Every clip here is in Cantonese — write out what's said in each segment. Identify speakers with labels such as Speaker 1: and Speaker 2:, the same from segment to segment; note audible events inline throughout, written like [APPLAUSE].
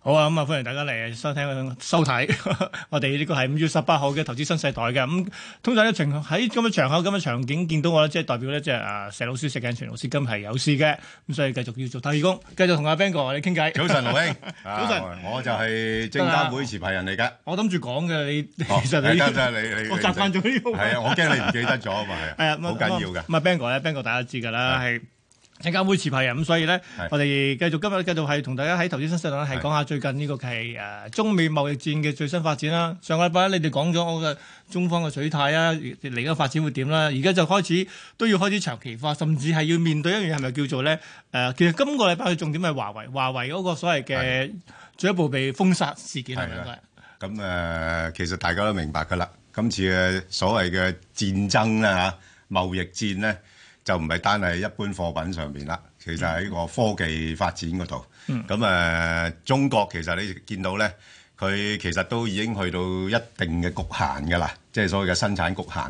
Speaker 1: 好啊，咁啊，歡迎大家嚟收聽收睇 [LAUGHS] 我哋呢個係五月十八號嘅投資新世代嘅。咁、通常咧情喺咁嘅場口、咁嘅場景見到我咧，即係代表咧，即係啊石老師、石鏡泉老師今日係有事嘅，咁所以繼續要做替工，繼續同阿 Ben 哥你傾偈。
Speaker 2: 早晨，盧兄。
Speaker 1: 早晨
Speaker 2: 啊我就係證監會持牌人嚟㗎。
Speaker 1: 我諗住講嘅，你其
Speaker 2: 哦
Speaker 1: 實
Speaker 2: 係
Speaker 1: 你
Speaker 2: 得得你你
Speaker 1: 我習慣咗呢個位
Speaker 2: 係啊，我驚你唔記得咗啊嘛，
Speaker 1: 係
Speaker 2: 係
Speaker 1: 啊，
Speaker 2: 啊，好緊要㗎。
Speaker 1: 唔係 Bang 哥咧，Bang 哥大家知㗎啦，係證監會持牌人，咁所以咧
Speaker 2: 係，
Speaker 1: 我哋繼續今日繼續係同大家喺投資新世代咧係
Speaker 2: 係
Speaker 1: 講下最近呢個係誒中美貿易戰嘅最新發展啦。上個禮拜咧，你哋講咗我嘅中方嘅取態啊，嚟緊發展會點啦。而家就開始都要開始長期化，甚至係要面對一樣嘢係咪叫做咧誒、其實今個禮拜嘅重點係華為，華為嗰個所謂嘅進一步被封殺事件係咪
Speaker 2: 係啦啊
Speaker 1: 應該係？
Speaker 2: 咁誒、呃其實大家都明白㗎啦。今次嘅所謂嘅戰爭啦嚇，貿易戰咧就唔係單係一般貨品上邊啦，其實喺個科技發展嗰度。咁誒、呃中國其實你見到咧，佢其實都已經去到一定嘅局限㗎啦，即係所謂嘅生產局限。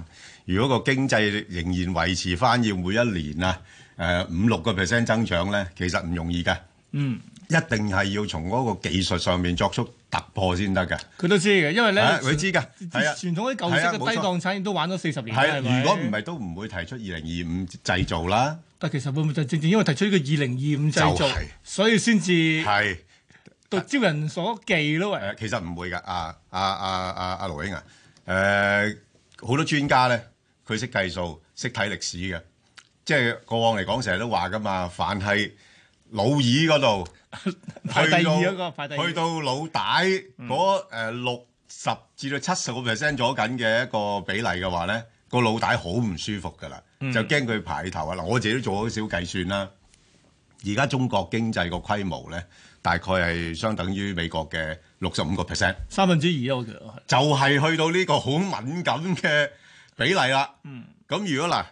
Speaker 2: 如果個經濟仍然維持翻要每一年啊誒五六個 percent 增長咧，其實唔容易㗎。一定係要從嗰個技術上面作出突破先得嘅。
Speaker 1: 佢都知嘅，因為咧
Speaker 2: 啊佢知㗎，係啊，
Speaker 1: 傳統啲舊式
Speaker 2: 係啊
Speaker 1: 嘅
Speaker 2: 冇錯
Speaker 1: 低檔產業都玩咗四十年啦，
Speaker 2: 係啊
Speaker 1: 係咪
Speaker 2: 如果唔係都唔會提出二零二五製造啦。
Speaker 1: 但其實會唔會就正正因為提出呢個二零二五製造，
Speaker 2: 就係
Speaker 1: 所以先至
Speaker 2: 係
Speaker 1: 到招人所忌咯？喂，
Speaker 2: 誒，其實唔會㗎。啊啊啊啊啊，盧兄啊，誒好多專家咧，佢識計數，識睇歷史嘅，即係過往嚟講，成日都話㗎嘛，凡係老二嗰度。
Speaker 1: 排第二嗰個，排第二嗯
Speaker 2: 去。到老大嗰誒六十至到七十個 percent 咗緊嘅一個比例嘅話咧，個老大好唔舒服㗎啦，
Speaker 1: 嗯
Speaker 2: 就驚佢排頭啊！嗱，我自己都做好少計算啦。而家中國經濟個規模咧，大概係相等於美國嘅六十五個 percent。
Speaker 1: 三分之二啊，我覺得係
Speaker 2: 就係去到呢個好敏感嘅比例啦。嗯，咁如果嗱，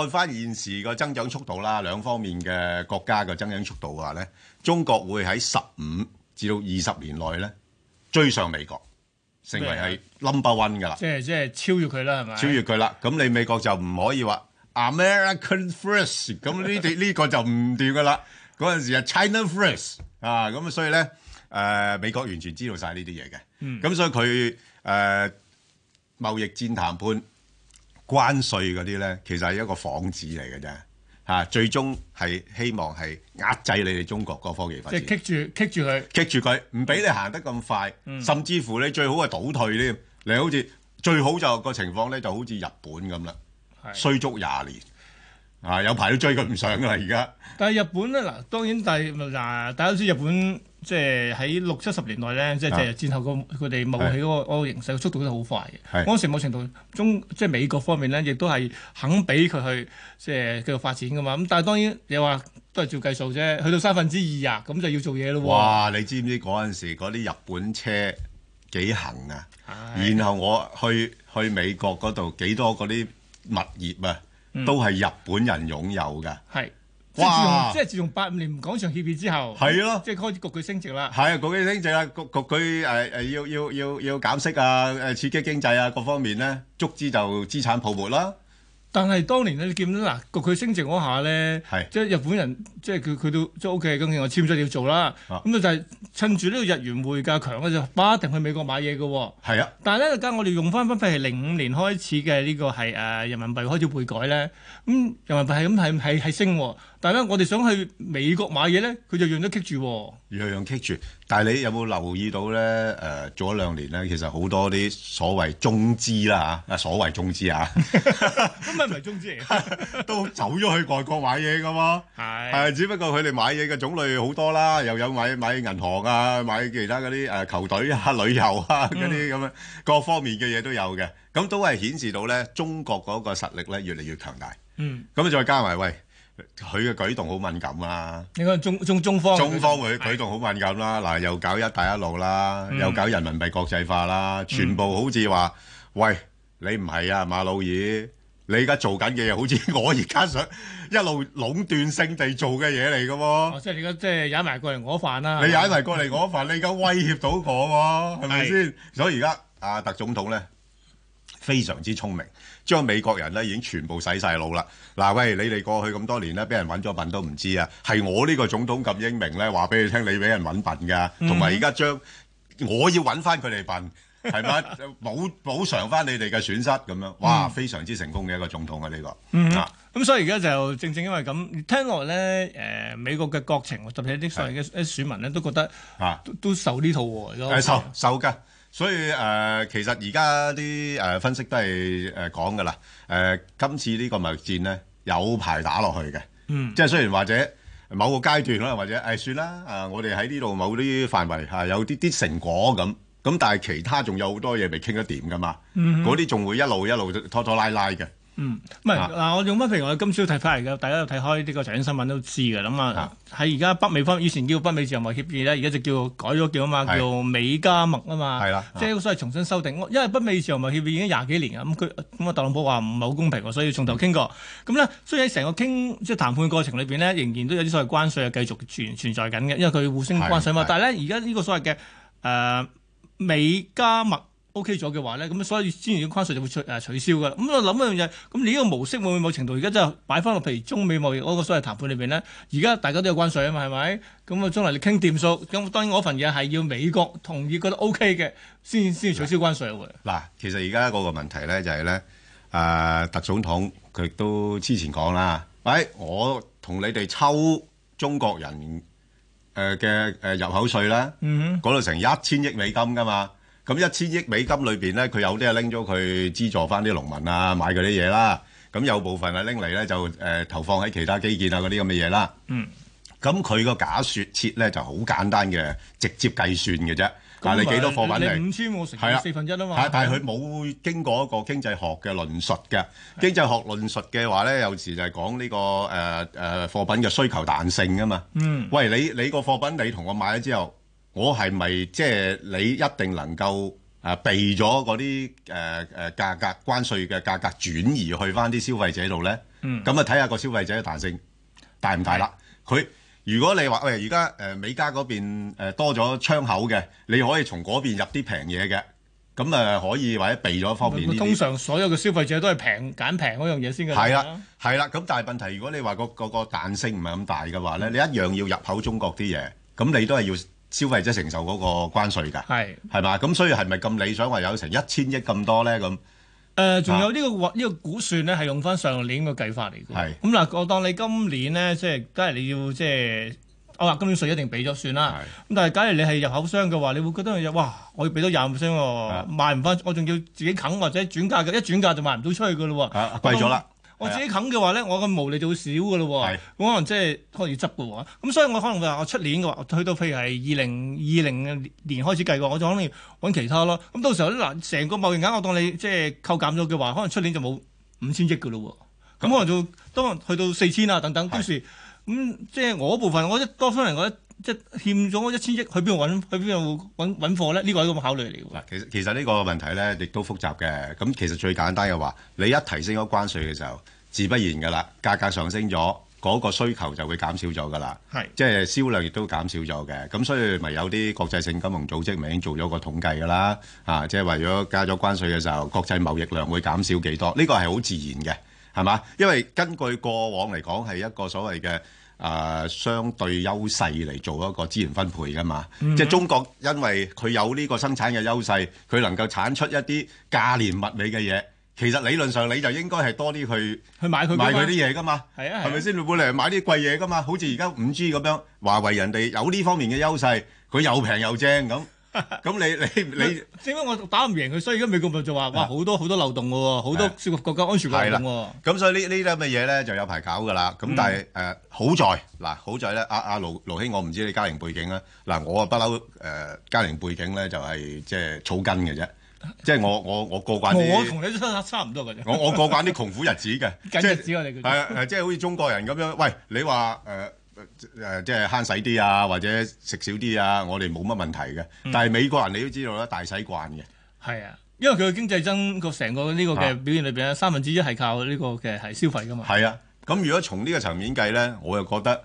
Speaker 2: 按翻現時個增長速度啦，兩方面嘅國家嘅增長速度嘅話咧，中國會喺十五至到二十年內咧追上美國，成為係 number one 㗎啦，
Speaker 1: 即係即係超越佢啦，係咪？
Speaker 2: 超越佢啦。咁你美國就唔可以話 American first，咁呢啲 [LAUGHS] 呢個就唔掂㗎啦。嗰陣時係 China first 啊，咁所以咧誒、美國完全知道晒呢啲嘢嘅，咁、
Speaker 1: 嗯
Speaker 2: 所以佢誒。貿易戰談判、關税嗰啲咧，其實係一個幌子嚟嘅啫。嚇、最終係希望係壓制你哋中國個科技發
Speaker 1: 即
Speaker 2: 展，
Speaker 1: 係棘住棘住佢。
Speaker 2: 棘住佢，唔俾你行得咁快，甚至乎你最好係倒退添。你好似最好就個情況咧，就好似日本咁啦，
Speaker 1: 係
Speaker 2: 衰足廿年啊，有排都追佢唔上噶啦，而家
Speaker 1: 但係日本咧，嗱當然，但係嗱，大家都知日本即係喺六七十年代咧，即
Speaker 2: 啊
Speaker 1: 係即係戰後個佢哋冒起嗰個嗰個形勢嘅速度都好快嘅。
Speaker 2: 係
Speaker 1: 嗰陣時某程度中即係美國方面咧，亦都係肯俾佢去即係繼續發展噶嘛。咁但係當然你話都係照計數啫，去到三分之二啊，咁就要做嘢咯
Speaker 2: 哇！你知唔知嗰陣時嗰啲日本車幾行啊？
Speaker 1: 喎。
Speaker 2: 然後我去去美國嗰度幾多嗰啲物業啊，都係日本人擁有㗎。
Speaker 1: 係即係
Speaker 2: 哇
Speaker 1: 自從即係自從八五年廣場協議之後，
Speaker 2: 係咯
Speaker 1: 即係開始焗佢升值啦。
Speaker 2: 係啊，局經濟啊，局局佢誒誒要要要要減息啊，誒刺激經濟啊，各方面咧，足之就資產泡沫啦。
Speaker 1: 但係當年咧，你見到嗱，焗佢升值嗰下咧
Speaker 2: 係，
Speaker 1: 即係日本人，即係佢佢都即係 OK，咁我簽咗要做啦。
Speaker 2: 啊
Speaker 1: 咁就就係趁住呢個日元匯價強咧，就不一定去美國買嘢嘅喎。
Speaker 2: 係啊，
Speaker 1: 但係咧，而家我哋用翻分譬如零五年開始嘅呢個係誒、呃人民幣開始匯改咧，咁、人民幣係咁係係係升喎，但係咧我哋想去美國買嘢咧，佢就樣都棘住喎。
Speaker 2: 樣樣棘住。但係你有冇留意到咧？誒、做咗兩年咧，其實好多啲所謂中資啦嚇，啊所謂中資啊， [LAUGHS]
Speaker 1: 咁咪唔係中資嚟嘅？
Speaker 2: 都走咗去外國買嘢㗎嘛。
Speaker 1: [LAUGHS] 係
Speaker 2: 係，只不過佢哋買嘢嘅種類好多啦，又有買買銀行啊，買其他嗰啲誒球隊啊、 [LAUGHS] 旅遊啊嗰啲咁樣，各方面嘅嘢都有嘅。咁都係顯示到咧，中國嗰個實力咧越嚟越強大。
Speaker 1: 嗯，
Speaker 2: 咁再加埋喂，佢嘅舉動好敏感啊，
Speaker 1: 你講中中中方
Speaker 2: 中方佢舉動好敏感啦。嗱，又搞一帶一路啦，
Speaker 1: 嗯
Speaker 2: 又搞人民幣國際化啦，全部好似話喂，你唔係啊，馬老二。你而家做緊嘅嘢，好似我而家想一路壟斷性地做嘅嘢嚟嘅喎。
Speaker 1: 哦，即係你而家即係踩埋過嚟我飯啦。
Speaker 2: 你踩埋過嚟嗰份，你而家威脅到我喎，係咪先？所以而家啊，特總統咧非常之聰明，將美國人咧已經全部洗晒腦啦。嗱，喂，你哋過去咁多年咧，俾人揾咗笨都唔知啊，係我呢個總統咁英明咧，話俾你聽，你俾人揾笨㗎，同埋而家將我要揾翻佢哋笨。係咪？ [LAUGHS] 補補償翻你哋嘅損失咁樣，哇！非常之成功嘅一個總統啊，呢個、啊，
Speaker 1: 咁所以而家就正正因為咁，聽落咧，誒、美國嘅國情，特別係啲所謂嘅啲選民咧，都覺得
Speaker 2: 啊
Speaker 1: 都都受呢套喎
Speaker 2: 誒受受㗎，所以誒、呃其實而家啲誒分析都係誒講㗎啦。誒、今次呢個貿易戰咧有排打落去嘅，嗯，即係雖然或者某個階段可能或者誒、唉算啦，啊、我哋喺呢度某啲範圍嚇、啊有啲啲成果咁。咁但係其他仲有好多嘢未傾得掂㗎嘛，嗰啲仲會一路一路拖拖拉拉嘅。
Speaker 1: 嗯，唔係
Speaker 2: 啊
Speaker 1: 嗱，我用翻譬如我今朝睇翻嚟嘅，大家有睇開呢個財經新聞都知嘅啦嘛。咁啊喺而家北美方面，以前叫北美自由貿易協議咧，而家就叫改咗叫啊嘛，
Speaker 2: 係
Speaker 1: 叫美加墨啊嘛。
Speaker 2: 係啦
Speaker 1: 即係所謂重新修訂。我因為北美自由貿易協議已經廿幾年啊，咁佢咁啊特朗普話唔係好公平喎，所以從頭
Speaker 2: 嗯
Speaker 1: 傾過。咁咧，所以喺成個傾即係談判過程裏邊咧，仍然都有啲所謂關稅係繼續存存在緊嘅，因為佢互相關稅嘛
Speaker 2: 係係。
Speaker 1: 但係咧，而家呢個所謂嘅誒美加墨 OK 咗嘅話咧，咁所以之前嘅關稅就會取誒取消㗎啦。咁我諗一樣嘢，咁你呢個模式會唔會某程度而家真係擺翻落譬如中美貿易嗰個所謂談判裏邊咧？而家大家都有關稅啊嘛，係咪？咁啊，將來你傾掂數，咁當然我份嘢係要美國同意覺得 OK 嘅，先先取消關稅喎。
Speaker 2: 嗱，其實而家嗰個問題咧就係、呢，咧，誒、特總統佢都之前講啦，喂，我同你哋抽中國人誒嘅誒入口稅啦，嗰度、成一千億美金噶嘛，咁一千億美金裏邊咧，佢有啲係拎咗佢資助翻啲農民啊，買嗰啲嘢啦，咁有部分係拎嚟咧就誒、呃投放喺其他基建啊嗰啲咁嘅嘢啦。咁佢個假説設咧就好簡單嘅，直接計算嘅啫。嗱，你幾多貨品嚟？
Speaker 1: 你五千我乘
Speaker 2: 係
Speaker 1: 以
Speaker 2: 啦
Speaker 1: 四分一啊嘛。
Speaker 2: 係但係佢冇經過一個經濟學嘅論述嘅。經濟學論述嘅話咧，有時就係講呢個誒誒、呃貨品嘅需求彈性啊嘛。嗯，喂，你你個貨品你同我買咗之後，我係咪即係你一定能夠誒、呃避咗嗰啲誒誒價格關稅嘅價格轉移去翻啲消費者度咧？嗯，咁啊睇下個消費者嘅彈性大唔大啦？佢如果你話喂，而家誒美加嗰邊、呃、多咗窗口嘅，你可以從嗰邊入啲平嘢嘅，咁誒、呃可以或者避咗方面呢啲。
Speaker 1: 通常所有嘅消費者都係平揀平嗰樣嘢先㗎。
Speaker 2: 係啦，係啦。咁但係問題，如果你話個個個彈性唔係咁大嘅話咧，你一樣要入口中國啲嘢，咁你都係要消費者承受嗰個關稅㗎，
Speaker 1: 係。
Speaker 2: 係嘛？咁所以係咪咁理想話有成一千億咁多咧？咁
Speaker 1: 誒、仲有呢、個呢、個估算咧，係用翻上年個計法嚟嘅
Speaker 2: 啊係。
Speaker 1: 咁嗱，我當你今年咧，即係梗係你要即係，哦我話今年税一定俾咗算啦。咁但係假如你係入口商嘅話，你會覺得有哇，我要俾多廿五 percent 喎，賣唔翻，我仲要自己啃或者轉價嘅，一轉價就賣唔到出去嘅咯喎。
Speaker 2: 啊貴咗啦。
Speaker 1: 我自己啃嘅話咧，我嘅毛利就會少嘅咯喎
Speaker 2: 係，
Speaker 1: 咁可能即係可能要執嘅喎，咁所以我可能話我出年嘅話，我去到譬如係二零二零年開始計嘅話，我就可能要揾其他咯。咁到時候咧嗱，成個貿易額我當你即係扣減咗嘅話，可能出年就冇五千億嘅咯喎，咁可能就當去到四千啊等等，
Speaker 2: 係
Speaker 1: 到時咁即係我嗰部分，我一多翻嚟我一即係欠咗一千億，去邊度揾？去邊度揾揾貨咧？呢個係一個考慮嚟嘅喎。
Speaker 2: 嗱，其實其實呢個問題咧，亦都複雜嘅。咁其實最簡單嘅話，你一提升咗關稅嘅時候，自不然㗎啦，價格上升咗，嗰、個需求就會減少咗㗎啦。
Speaker 1: 係
Speaker 2: 即係銷量亦都減少咗嘅，咁所以咪有啲國際性金融組織咪已經做咗個統計㗎啦，啊，即係為咗加咗關稅嘅時候，國際貿易量會減少幾多？呢個係好自然嘅，係嘛？因為根據過往嚟講係一個所謂嘅啊相對優勢嚟做一個資源分配㗎嘛，即係中國因為佢有呢個生產嘅優勢，佢能夠產出一啲價廉物美嘅嘢，其實理論上你就應該係多啲去。
Speaker 1: 去買佢㗎嘛
Speaker 2: 買佢啲嘢㗎嘛，
Speaker 1: 係啊係啊
Speaker 2: 係咪先？你本嚟買啲貴嘢㗎嘛，好似而家五 G 咁樣，華為人哋有呢方面嘅優勢，佢又平又
Speaker 1: [LAUGHS]
Speaker 2: 正咁，咁你你你
Speaker 1: 點解我打唔贏佢？所以而家美國咪就話：哇，好多好多漏洞嘅喎，好多涉及國家安全
Speaker 2: 係
Speaker 1: 漏
Speaker 2: 啦
Speaker 1: 洞喎。，
Speaker 2: 咁所以呢呢啲咁嘅嘢咧就有排搞㗎啦。咁但係誒好在嗱，好在咧，阿阿盧盧兄，我唔知你家庭背景啦。嗱，我啊不嬲誒家庭背景咧就係即係草根嘅啫，即係我我我過慣
Speaker 1: 我
Speaker 2: 啲。
Speaker 1: 同你都差差唔多 [LAUGHS] 嘅啫。
Speaker 2: 我我過慣啲窮苦日子嘅，
Speaker 1: [LAUGHS] 緊
Speaker 2: 即
Speaker 1: 日
Speaker 2: 係
Speaker 1: 子我哋叫做 [LAUGHS]
Speaker 2: 係啊係即係好似中國人咁樣，喂，你話誒誒即係慳使啲啊，或者食少啲啊，我哋冇乜問題嘅。
Speaker 1: 嗯
Speaker 2: 但係美國人你都知道啦，大使慣嘅，
Speaker 1: 係啊，因為佢嘅經濟增個成個呢個
Speaker 2: 啊
Speaker 1: 嘅表現裏邊咧，三分之一係靠呢個嘅係消費噶嘛。
Speaker 2: 係啊。咁如果從呢個層面計咧，我又覺得誒、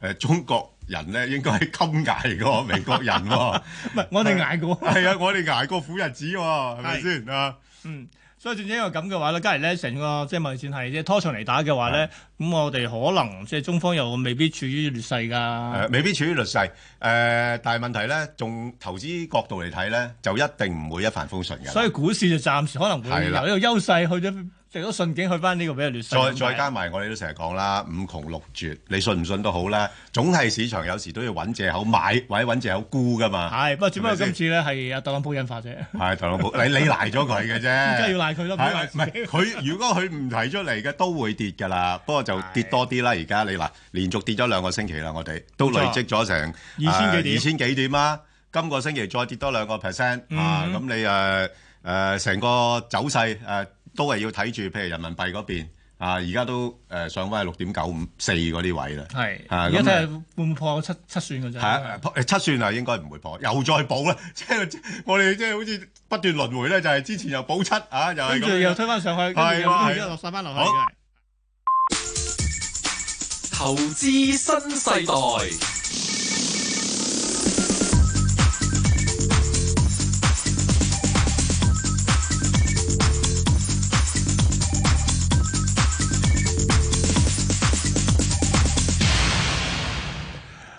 Speaker 2: 呃中國人咧應該係襟捱
Speaker 1: [LAUGHS]
Speaker 2: 過美國人喎、
Speaker 1: 唔係，我哋捱過。
Speaker 2: 啊係啊，我哋捱過苦日子喎、係咪先啊？
Speaker 1: 嗯所以正正因為咁嘅話咧，假如咧成個即係貿易戰係即係啊拖長嚟打嘅話咧，咁我哋可能即係中方又未必處於劣勢
Speaker 2: 誒、
Speaker 1: 㗎。
Speaker 2: 呃未必處於劣勢誒、呃但係問題咧，從投資角度嚟睇咧，就一定唔會一帆風順嘅。
Speaker 1: 所以股市就暫時可能會
Speaker 2: 係
Speaker 1: 由
Speaker 2: 啦
Speaker 1: 呢個優勢去咗，即係都順境去翻呢個比較劣勢
Speaker 2: 再
Speaker 1: 咁解。
Speaker 2: 再加埋我哋都成日講啦，五窮六絕，你信唔信都好啦，總係市場有時都要揾藉口買或者揾藉口沽噶嘛。
Speaker 1: 係，不過只不過
Speaker 2: 係咪
Speaker 1: 今
Speaker 2: 先
Speaker 1: 次咧係阿特朗普引發啫，梗
Speaker 2: 係特朗普，你你賴咗佢嘅啫，
Speaker 1: 係要賴佢啦，唔好賴
Speaker 2: 係
Speaker 1: 自
Speaker 2: 唔
Speaker 1: 己
Speaker 2: 係佢？如果佢唔提出嚟嘅，都會跌㗎啦。不過就跌多啲啦。而家你嗱，連續跌咗兩個星期啦，我哋都
Speaker 1: 冇
Speaker 2: 累
Speaker 1: 錯
Speaker 2: 積咗成
Speaker 1: 二千幾點
Speaker 2: 二千幾點啦。今個星期再跌多兩個 percent 啊！
Speaker 1: 嗯
Speaker 2: 咁你誒誒成個走勢誒都係要睇住，譬如人民幣嗰邊啊，而家都誒上翻六點九五四嗰啲位啦。
Speaker 1: 係，
Speaker 2: 啊
Speaker 1: 而家
Speaker 2: 咁
Speaker 1: 睇下會唔會破七七算㗎
Speaker 2: 係啊
Speaker 1: 咋？，
Speaker 2: 誒七算啊，應該唔會破，又再補啦。 [LAUGHS] 即係我哋即係好似不斷輪迴咧，就係之前又補七啊，又係
Speaker 1: 跟
Speaker 2: 咁
Speaker 1: 住又
Speaker 2: 樣。
Speaker 1: 推翻上去，跟住
Speaker 2: 係
Speaker 1: 又
Speaker 2: 喎
Speaker 1: 跟住又落晒翻落去
Speaker 2: 好
Speaker 1: 嘅。
Speaker 3: 投資新世代，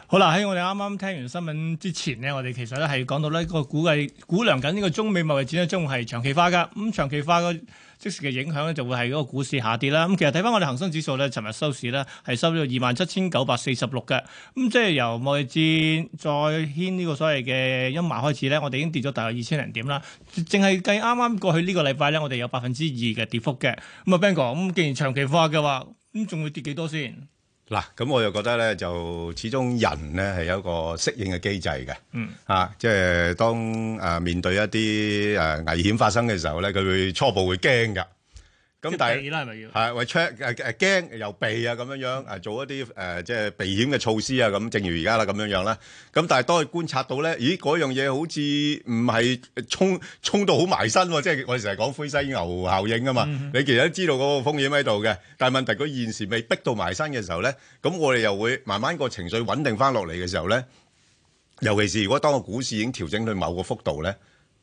Speaker 1: 好啦，喺我哋啱啱聽完新聞之前呢，我哋其實咧係講到呢個估計估量緊呢個中美貿易戰咧，將會係長期化㗎。咁、長期化個即時嘅影響咧，就會係嗰個股市下跌啦。咁、其實睇翻我哋恒生指數咧，尋日收市咧係收咗二萬七千九百四十六嘅。咁、即係由貿易戰再牽呢個所謂嘅陰霾開始咧，我哋已經跌咗大約二千零點啦。淨係計啱啱過去呢個禮拜咧，我哋有百分之二嘅跌幅嘅。咁啊，Ben 哥，咁既然長期化嘅話，咁仲會跌幾多先？
Speaker 2: 嗱，咁我又覺得咧，就始終人咧係有一個適應嘅機制嘅，
Speaker 1: 嗯，
Speaker 2: 啊，即係當誒面對一啲誒危險發生嘅時候咧，佢會初步會驚㗎。咁
Speaker 1: 即係
Speaker 2: 但係
Speaker 1: 避啦，係咪要？
Speaker 2: 係為 check 誒誒驚又避啊咁樣樣誒做一啲誒、即係避險嘅措施啊咁，正如而家啦咁樣樣啦。咁但係當佢觀察到咧，咦嗰樣嘢好似唔係衝衝到好埋身喎，即係我哋成日講灰犀牛效應啊嘛。你其實都知道嗰個風險喺度嘅，但係問題佢現時未逼到埋身嘅時候咧，咁我哋又會慢慢個情緒穩定翻落嚟嘅時候咧，尤其是如果當個股市已經調整到某個幅度咧，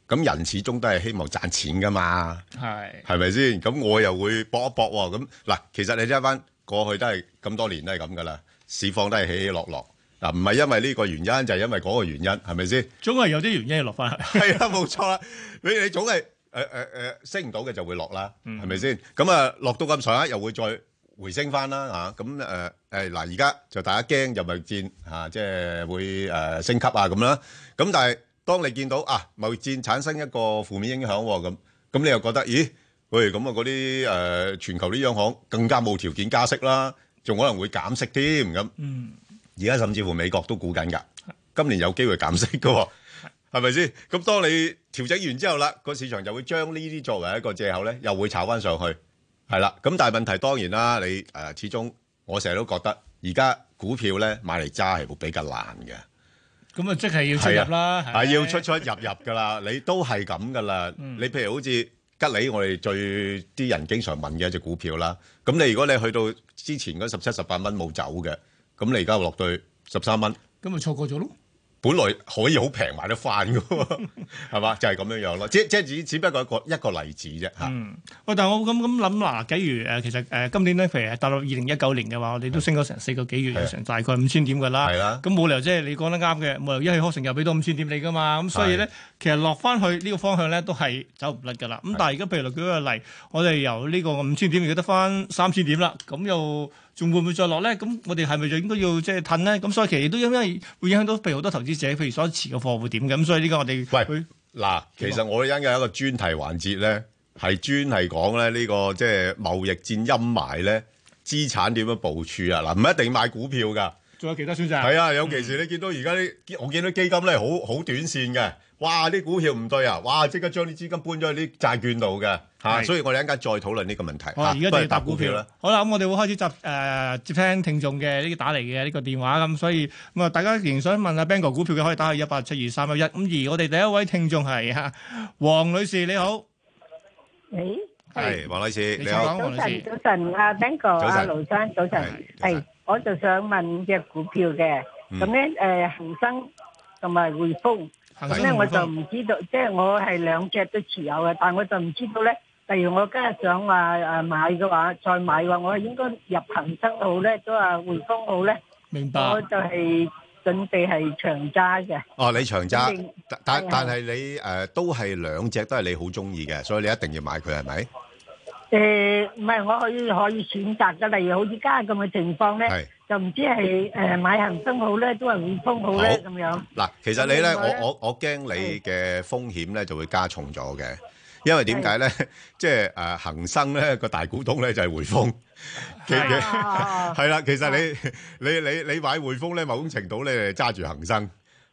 Speaker 2: 咁人始終都係希望賺錢噶嘛。
Speaker 1: 係。
Speaker 2: 係咪先？咁我又會搏一搏喎。咁嗱，其實你睇翻過去都係咁多年都係咁噶啦，市況都係起起落落。嗱，唔係因為呢個原因，就係、因為嗰個原因，係咪先？
Speaker 1: 總係有啲原因要落翻去。
Speaker 2: [LAUGHS] 係啦，冇錯啦。你你總係誒誒誒升唔到嘅就會落啦，係咪先？咁啊落到咁上下又會再回升翻啦嚇。咁誒誒嗱，而家就大家驚入貿易戰嚇、啊即係會誒、呃升級啊咁啦。咁但係當你見到啊貿易戰產生一個負面影響喎咁，咁你又覺得咦？喂，咁啊嗰啲誒全球啲央行更加冇條件加息啦，仲可能會減息添咁。
Speaker 1: 嗯，
Speaker 2: 而家甚至乎美國都估緊㗎，今年有機會減息
Speaker 1: [LAUGHS]
Speaker 2: 㗎喎，係咪先？咁當你調整完之後啦，個市場就會將呢啲作為一個藉口咧，又會炒翻上去，係啦。咁但係問題當然啦，你誒、呃始終我成日都覺得而家股票咧買嚟揸係會比較難嘅。
Speaker 1: 咁啊，即係要出入啦，
Speaker 2: 係啊要出出入入噶啦，你都係咁噶啦。你譬如好似吉利，我哋最啲人經常問嘅一隻股票啦。咁你如果你去到之前嗰十七、十八蚊冇走嘅，咁你而家落到十三蚊，
Speaker 1: 咁咪錯過咗咯。
Speaker 2: 本來可以好平買得翻噶喎，
Speaker 1: [LAUGHS]
Speaker 2: 係嘛？就係咁樣樣咯。即即只只不過一個一個例子啫嚇。
Speaker 1: 嗯喂，但係我咁咁諗嗱，假如誒、呃其實誒、呃今年咧，譬如係踏入二零一九年嘅話，我哋都升咗成四個幾月，
Speaker 2: 係啊
Speaker 1: 有成大概五千點㗎啦。
Speaker 2: 係啦
Speaker 1: 咁冇理由即係你講得啱嘅，冇理由一氣呵成又俾到五千點你㗎嘛。咁所以咧，其實落翻去呢個方向咧，都係走唔甩㗎啦。咁但係而家譬如舉個例，我哋由呢個五千點而家得翻三千點啦，咁又仲會唔會再落咧？咁我哋係咪就應該要即係褪咧？咁所以其實都因為會影響到譬如好多投資者，譬如所持嘅貨會點嘅。咁所以呢個我哋
Speaker 2: 喂
Speaker 1: 會
Speaker 2: 嗱，其實我哋因有一個專題環節咧，係專係講咧呢個即係貿易戰陰霾咧，資產點樣部署啊？嗱，唔一定買股票㗎。
Speaker 1: 仲有其他選擇。
Speaker 2: 係啊，尤其
Speaker 1: 嗯
Speaker 2: 是你見到而家啲，我見到基金咧好好短線嘅，哇！啲股票唔對啊，哇！即刻將啲資金搬咗去啲債券度嘅嚇，
Speaker 1: 係
Speaker 2: 所以我哋一陣間再討論呢個問題。
Speaker 1: 好啦，
Speaker 2: 嚇
Speaker 1: 而家
Speaker 2: 不
Speaker 1: 就
Speaker 2: 如
Speaker 1: 要答股票啦。。好啦，咁我哋會開始集誒、呃接聽聽眾嘅呢個打嚟嘅呢個電話咁，所以咁啊，大家仍然想問阿 Bang 哥股票嘅，可以打去一八七二三一一。咁而我哋第一位聽眾係嚇黃女士，你好，
Speaker 4: 喂，
Speaker 2: 係黃女士，
Speaker 1: 你
Speaker 2: 你
Speaker 1: 請
Speaker 2: 好。
Speaker 1: 講，
Speaker 4: 早
Speaker 1: 黃女
Speaker 4: 晨，
Speaker 1: 士。
Speaker 4: 早晨，阿 Ben 哥，
Speaker 2: 早晨
Speaker 4: 阿盧生，
Speaker 2: 係，
Speaker 4: 早晨
Speaker 2: 早晨
Speaker 4: 係，我就想問只股票嘅，
Speaker 2: 嗯
Speaker 4: 咁咧誒恒生同埋匯豐，
Speaker 1: 恒
Speaker 4: 咁
Speaker 1: 生
Speaker 4: 咧我
Speaker 1: 匯
Speaker 4: 就
Speaker 1: 豐
Speaker 4: 唔知道，即係我係兩隻都持有嘅，但係我就唔知道咧例如我今日想話誒買嘅話，再買嘅話，我應該入恒生好咧，都話匯豐好咧，
Speaker 1: 明
Speaker 2: 啊
Speaker 1: 白。
Speaker 4: 我就係準備係長揸嘅。
Speaker 2: 哦，你長揸
Speaker 4: 肯定，
Speaker 2: 但但
Speaker 4: 係啊
Speaker 2: 但係你誒都係兩隻都係你好中意嘅，所以你一定要買佢係咪？
Speaker 4: 誒唔係，我可以可以選擇嘅，例如好似家咁嘅情況咧，
Speaker 2: 係
Speaker 4: 就唔知係誒買恒生好咧，都係匯豐好咧
Speaker 2: 好
Speaker 4: 咁樣。
Speaker 2: 嗱，其實你咧，
Speaker 4: 咁另外咧
Speaker 2: 我我我驚你嘅風險咧就會加重咗嘅，因為點解咧？ [LAUGHS] 即係誒恒生咧個大股東咧就係匯豐，其
Speaker 1: 係
Speaker 2: 其
Speaker 4: 啊
Speaker 2: 係啦，其實你 [LAUGHS] 你你你買匯豐咧，某種程度咧你揸住恒生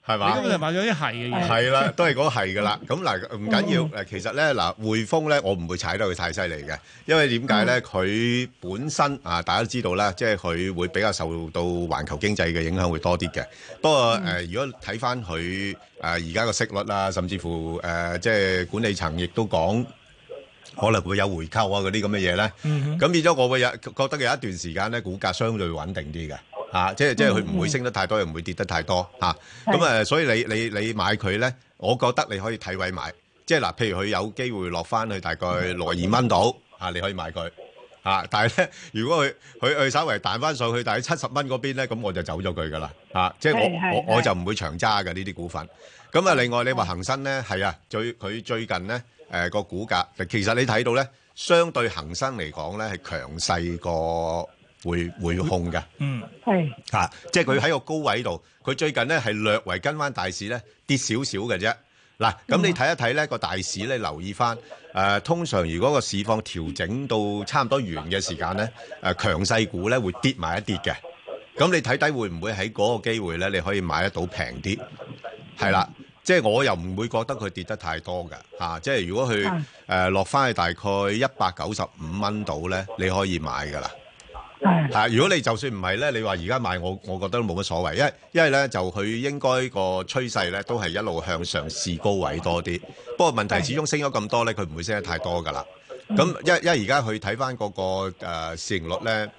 Speaker 2: 係
Speaker 1: 你
Speaker 2: 嘛
Speaker 1: 今？日就買咗啲係嘅嘢，
Speaker 2: 係
Speaker 1: [LAUGHS]
Speaker 2: 啦，都係嗰係噶啦。咁嗱，唔緊要。誒，其實咧嗱，匯豐咧，我唔會踩得佢太犀利嘅，因為點解咧？佢本身啊，大家都知道啦，即係佢會比較受到環球經濟嘅影響會多啲嘅。不過誒，如果睇翻佢誒而家個息率啊，甚至乎誒即係管理層亦都講。可能會有回購啊嗰啲咁嘅嘢咧，
Speaker 1: 嗯
Speaker 2: 咁變咗我會有覺得有一段時間咧，股價相對穩定啲嘅，啊，即係即係佢唔會升得太多，又唔會跌得太多，啊，咁誒，所以你你你買佢咧，我覺得你可以睇位買，即係嗱，譬如佢有機會落翻去大概六二蚊度，啊，你可以買佢，啊，但係咧，如果佢佢佢稍微彈翻上去，但係七十蚊嗰邊咧，咁我就走咗佢噶啦，啊，即係
Speaker 4: 係
Speaker 2: 我
Speaker 4: 係
Speaker 2: 我我
Speaker 4: 係
Speaker 2: 就唔會長揸嘅呢啲股份。咁啊，另外你話恒生咧，係啊，最佢最近咧，誒、個股價，其實你睇到咧，相對恒生嚟講咧，係強勢過匯匯控嘅，
Speaker 1: 嗯，
Speaker 4: [LAUGHS] 係
Speaker 2: 嚇、啊即係佢喺個高位度，佢最近咧係略為跟翻大市咧跌少少嘅啫。嗱，咁你睇一睇咧個大市咧，留意翻誒、通常如果個市況調整到差唔多完嘅時間咧，誒、強勢股咧會跌埋一跌嘅。咁你睇睇會唔會喺嗰個機會咧，你可以買得到平啲？係啦，即係我又唔會覺得佢跌得太多嘅嚇、啊即係如果佢
Speaker 4: 嗯
Speaker 2: 誒落翻去大概一百九十五蚊度咧，你可以買㗎啦。
Speaker 1: [LAUGHS]
Speaker 4: 係
Speaker 2: 係，啊如果你就算唔係咧，你話而家買我，我覺得都冇乜所謂，因為因為咧就佢應該個趨勢咧都係一路向上試高位多啲。不過問題始終升咗咁多咧，佢唔會升得太多㗎啦。咁
Speaker 1: 嗯
Speaker 2: 因因為而家佢睇翻嗰個誒市盈率咧，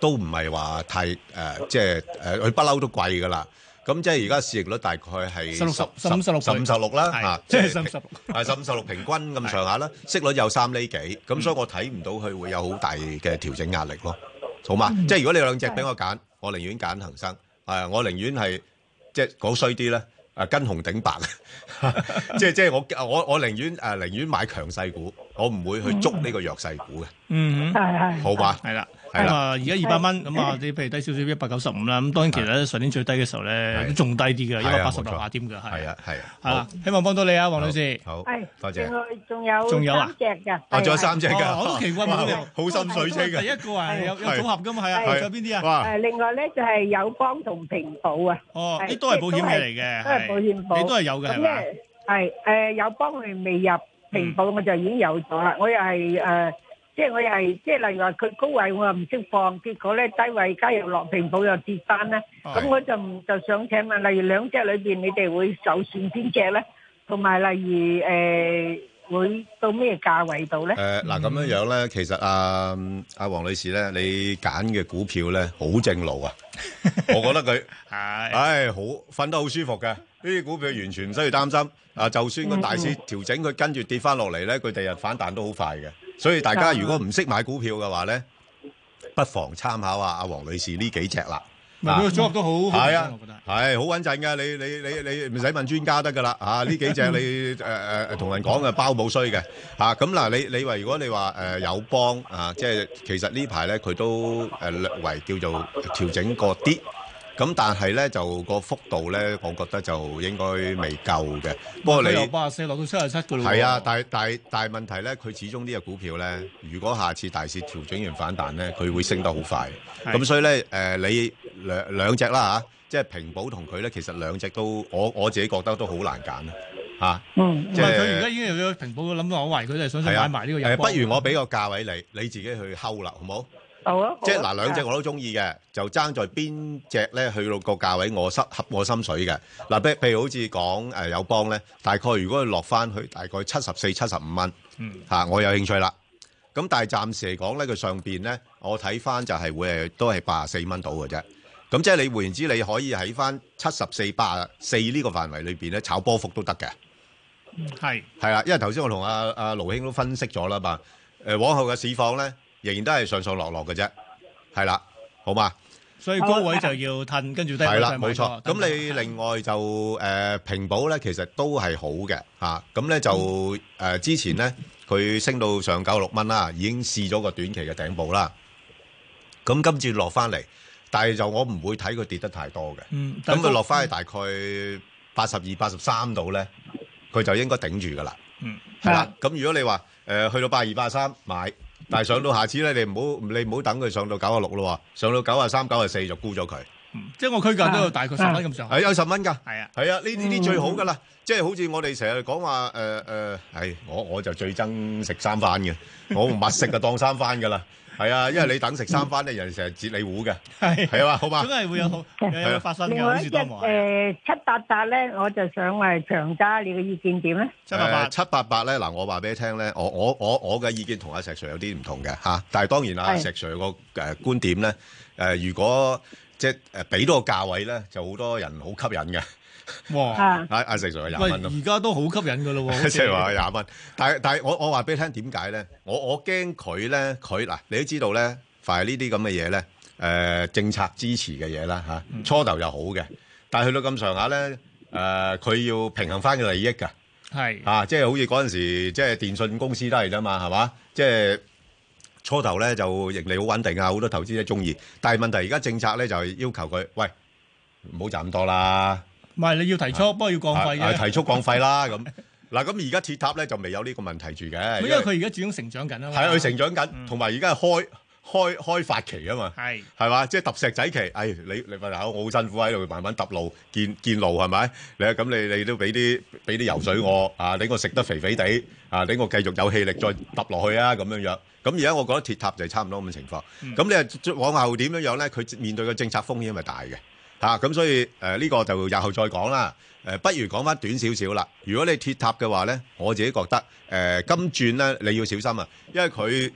Speaker 2: 都唔係話太誒、呃即係誒佢不嬲都貴㗎啦。咁即係而家市盈率大概係
Speaker 1: 十六十十五十六
Speaker 2: 十五十六啦，
Speaker 1: 係
Speaker 2: 啊
Speaker 1: 即係
Speaker 2: 即係
Speaker 1: 十五十六。
Speaker 2: 係15 16平均咁上下啦，息率有三厘幾，咁
Speaker 1: 嗯
Speaker 2: 所以我睇唔到佢會有好大嘅調整壓力咯，好嘛？
Speaker 1: 嗯
Speaker 2: 即係如果你有兩隻俾我揀，啊我寧願揀恒生，誒，我寧願係，即係講衰啲呢，誒，跟紅頂白。
Speaker 1: [LAUGHS]
Speaker 2: 即係-即係我-我-啊
Speaker 1: 嗯
Speaker 2: 我寧願，誒，寧願買強勢股，我唔會去捉呢個弱勢股嘅，
Speaker 1: 嗯哼。
Speaker 4: 係係。
Speaker 2: 好嘛？
Speaker 1: 係啦，
Speaker 2: 係
Speaker 1: 咁
Speaker 2: 啦
Speaker 1: 啊，而家二百蚊，咁啊，你譬如低少少一百九十五啦，咁當然其實咧上年最低嘅時候咧
Speaker 2: 係
Speaker 1: 都仲低啲嘅，一
Speaker 2: 係
Speaker 1: 百
Speaker 2: 啊
Speaker 1: 八
Speaker 2: 冇
Speaker 1: 十
Speaker 2: 錯
Speaker 1: 六下點嘅，係啊，
Speaker 2: 係啊，係啊，
Speaker 1: 係啦，希望幫到你啊，黃女士。
Speaker 2: 好，好，
Speaker 4: 係，
Speaker 2: 多謝。
Speaker 4: 另外仲有
Speaker 1: 仲有啊
Speaker 4: 三隻㗎，係係
Speaker 2: 啊，仲有三隻㗎？
Speaker 1: 哦我都奇怪，
Speaker 2: 哇，
Speaker 1: 冇理由
Speaker 2: 好心水清啊。
Speaker 1: 第一個係有有
Speaker 2: 係
Speaker 1: 組合噶嘛，係啊，
Speaker 2: 係
Speaker 1: 仲有邊啲啊？
Speaker 2: 哇，
Speaker 4: 誒，另外咧就係友邦同平保啊，
Speaker 1: 哦，
Speaker 4: 係
Speaker 1: 呢都係保險嘢嚟嘅，
Speaker 4: 都係保險保
Speaker 1: 你都係有嘅
Speaker 4: 咁
Speaker 1: 係嘛？
Speaker 4: 咧係誒友邦佢未入平保，我就已經有咗啦。我又係誒，即係我又係即係例如話佢高位我又唔識放，結果咧低位加入落平保又跌翻咧。咁我就唔就想請問，例如兩隻裏邊你哋會首選邊只咧？同埋例如誒會到咩價位度咧？
Speaker 2: 誒嗱咁樣樣咧，其實阿阿黃女士咧，你揀嘅股票咧好正路啊！我覺得佢，
Speaker 1: 係
Speaker 2: 唉，好瞓得好舒服嘅，呢啲股票完全唔需要擔心。啊，就算個大市調整，佢跟住跌翻落嚟咧，佢第日反彈都好快嘅。所以大家如果唔識買股票嘅話咧，不妨參考下阿黃女士呢幾隻啦。
Speaker 1: 唔係佢個組合都好好
Speaker 2: 係
Speaker 1: 嘅
Speaker 2: 啊
Speaker 1: 我覺得。，
Speaker 2: 係好穩陣㗎，你你你你唔使問專家得㗎啦，
Speaker 1: [LAUGHS]
Speaker 2: 啊呢幾隻你誒誒同人講嘅包冇衰嘅，嚇咁嗱你你話如果你話誒友邦啊，即係其實呢排咧佢都誒略為叫做調整過啲。咁但係咧就個幅度咧，我覺得就應該未夠嘅。不過你
Speaker 1: 佢由八十四落到七十七噶咯喎。
Speaker 2: 係啊，但係但係但係問題咧，佢始終呢個股票咧，如果下次大市調整完反彈咧，佢會升得好快。
Speaker 1: 係
Speaker 2: 咁所以咧，誒、你兩兩隻啦嚇，即係平保同佢咧，其實兩隻都我我自己覺得都好難揀啊啦嚇。
Speaker 4: 嗯
Speaker 1: 唔係佢而家已經有咗平保，諗我懷疑佢就係想想
Speaker 2: 係
Speaker 1: 買
Speaker 2: 啊
Speaker 1: 埋呢個
Speaker 2: 誒
Speaker 1: 友邦
Speaker 2: 不如我俾個價位你，你自己去睺啦，好冇？
Speaker 4: 好啊，
Speaker 2: 即係嗱，兩隻我都中意嘅，就爭在邊只咧去到個價位我心合我心水嘅。嗱，譬譬如好似講誒友邦咧，大概如果佢落翻去大概七十四、七十五蚊，
Speaker 1: 嗯
Speaker 2: 嚇、啊我有興趣啦。咁但係暫時嚟講咧，佢上邊咧，我睇翻就係會係都係八十四蚊到嘅啫。咁即係你換言之，你可以喺翻七十四、八四呢個範圍裏邊咧炒波幅都得嘅。
Speaker 1: 係
Speaker 2: 係啦，因為頭先我同阿阿盧兄都分析咗啦嘛。誒、往後嘅市況咧，仍然都係上上落落嘅啫。係啦，好嘛？
Speaker 1: 所以高位就要褪，跟住低
Speaker 2: 係
Speaker 1: 位
Speaker 2: 啦，
Speaker 1: 再買
Speaker 2: 冇錯。
Speaker 1: 等
Speaker 2: 咁
Speaker 1: 等
Speaker 2: 你另外就誒、呃平保咧，其實都係好嘅嚇。咁、咧就誒、呃之前咧，佢升到上九六蚊啦，已經試咗個短期嘅頂部啦。咁今次落翻嚟，但係就我唔會睇佢跌得太多嘅。
Speaker 1: 嗯，
Speaker 2: 咁
Speaker 1: 但係
Speaker 2: 佢落翻去大概八十二、八十三度咧，佢就應該頂住噶啦。
Speaker 1: 嗯，
Speaker 2: 係啦。咁如果你話誒、呃去到八二、八三買，但係上到下次咧，你唔好你唔好等佢上到九啊六咯喎，上到九啊三、九啊四就沽咗佢。
Speaker 1: 嗯即係我區間都有大概十蚊咁上下
Speaker 2: 係，有十蚊㗎。
Speaker 1: 係啊，
Speaker 2: 係啊，呢呢啲最好㗎啦。即係好似我哋成日講話誒誒，係我我就最憎食三番嘅，我物食就當三番㗎啦。係啊，因為你等食三番咧，人哋成日截你糊嘅，
Speaker 1: 係
Speaker 2: 係啊嘛，好嘛
Speaker 1: 總？係會有好
Speaker 2: 係啊
Speaker 1: 有發生嘅，
Speaker 4: 另
Speaker 1: 好
Speaker 4: 外
Speaker 1: 似
Speaker 4: 一隻
Speaker 1: 當冇係
Speaker 4: 誒七八八咧，我就想誒長加你嘅意見點咧？
Speaker 1: 七百八
Speaker 2: 誒呃七八八咧，嗱，我話俾你聽咧，我我我我嘅意見同阿石 Sir 有啲唔同嘅嚇、但係當然啦，
Speaker 4: 係
Speaker 2: 石 Sir 個誒觀點咧，誒、如果即係誒俾多個價位咧，就好多人好吸引
Speaker 1: 啊
Speaker 2: 嘅。
Speaker 1: 哇！
Speaker 4: 啊，
Speaker 2: 阿阿石 Sir 係廿
Speaker 1: 喂，
Speaker 2: 蚊咯。
Speaker 1: 而家都好吸引噶咯喎，好似
Speaker 2: [LAUGHS] 即係話廿蚊。但係但係我我話俾你聽點解咧？我我驚佢咧，佢嗱你都知道咧，凡係呢啲咁嘅嘢咧，誒、政策支持嘅嘢啦嚇，
Speaker 1: 嗯
Speaker 2: 初頭又好嘅，但係去到咁上下咧，誒、佢要平衡翻嘅利益㗎。
Speaker 1: 係
Speaker 2: 啊，即係好似嗰陣時，即係電信公司都係啫嘛，係嘛？即係初頭咧就盈利好穩定啊，好多投資者中意。但係問題而家政策咧就係要求佢，喂，唔好賺咁多啦，
Speaker 1: 唔係你要提速，不過要降費
Speaker 2: 啊啊
Speaker 1: 嘅，
Speaker 2: 提速降費啦咁。嗱，咁而家鐵塔咧就未有呢個問題住嘅，
Speaker 1: 因為佢而家始終成長緊啊嘛，
Speaker 2: 係佢成長緊，同埋而家係開開開發期啊嘛。
Speaker 1: 係
Speaker 2: 係嘛？即係揼石仔期，哎，你你咪嗱，我好辛苦喺度慢慢揼路建建路係咪？你咁你你都俾啲俾啲油水我啊，令我食得肥肥地啊，令我繼續有氣力再揼落去啊咁樣樣。咁而家我覺得鐵塔就係差唔多咁嘅情況。咁你係再往後點樣樣咧？佢面對嘅政策風險咪大嘅嚇。咁、所以誒呢、個就日後再講啦。誒、不如講翻短少少啦。如果你鐵塔嘅話咧，我自己覺得誒、金轉咧你要小心啊，因為佢。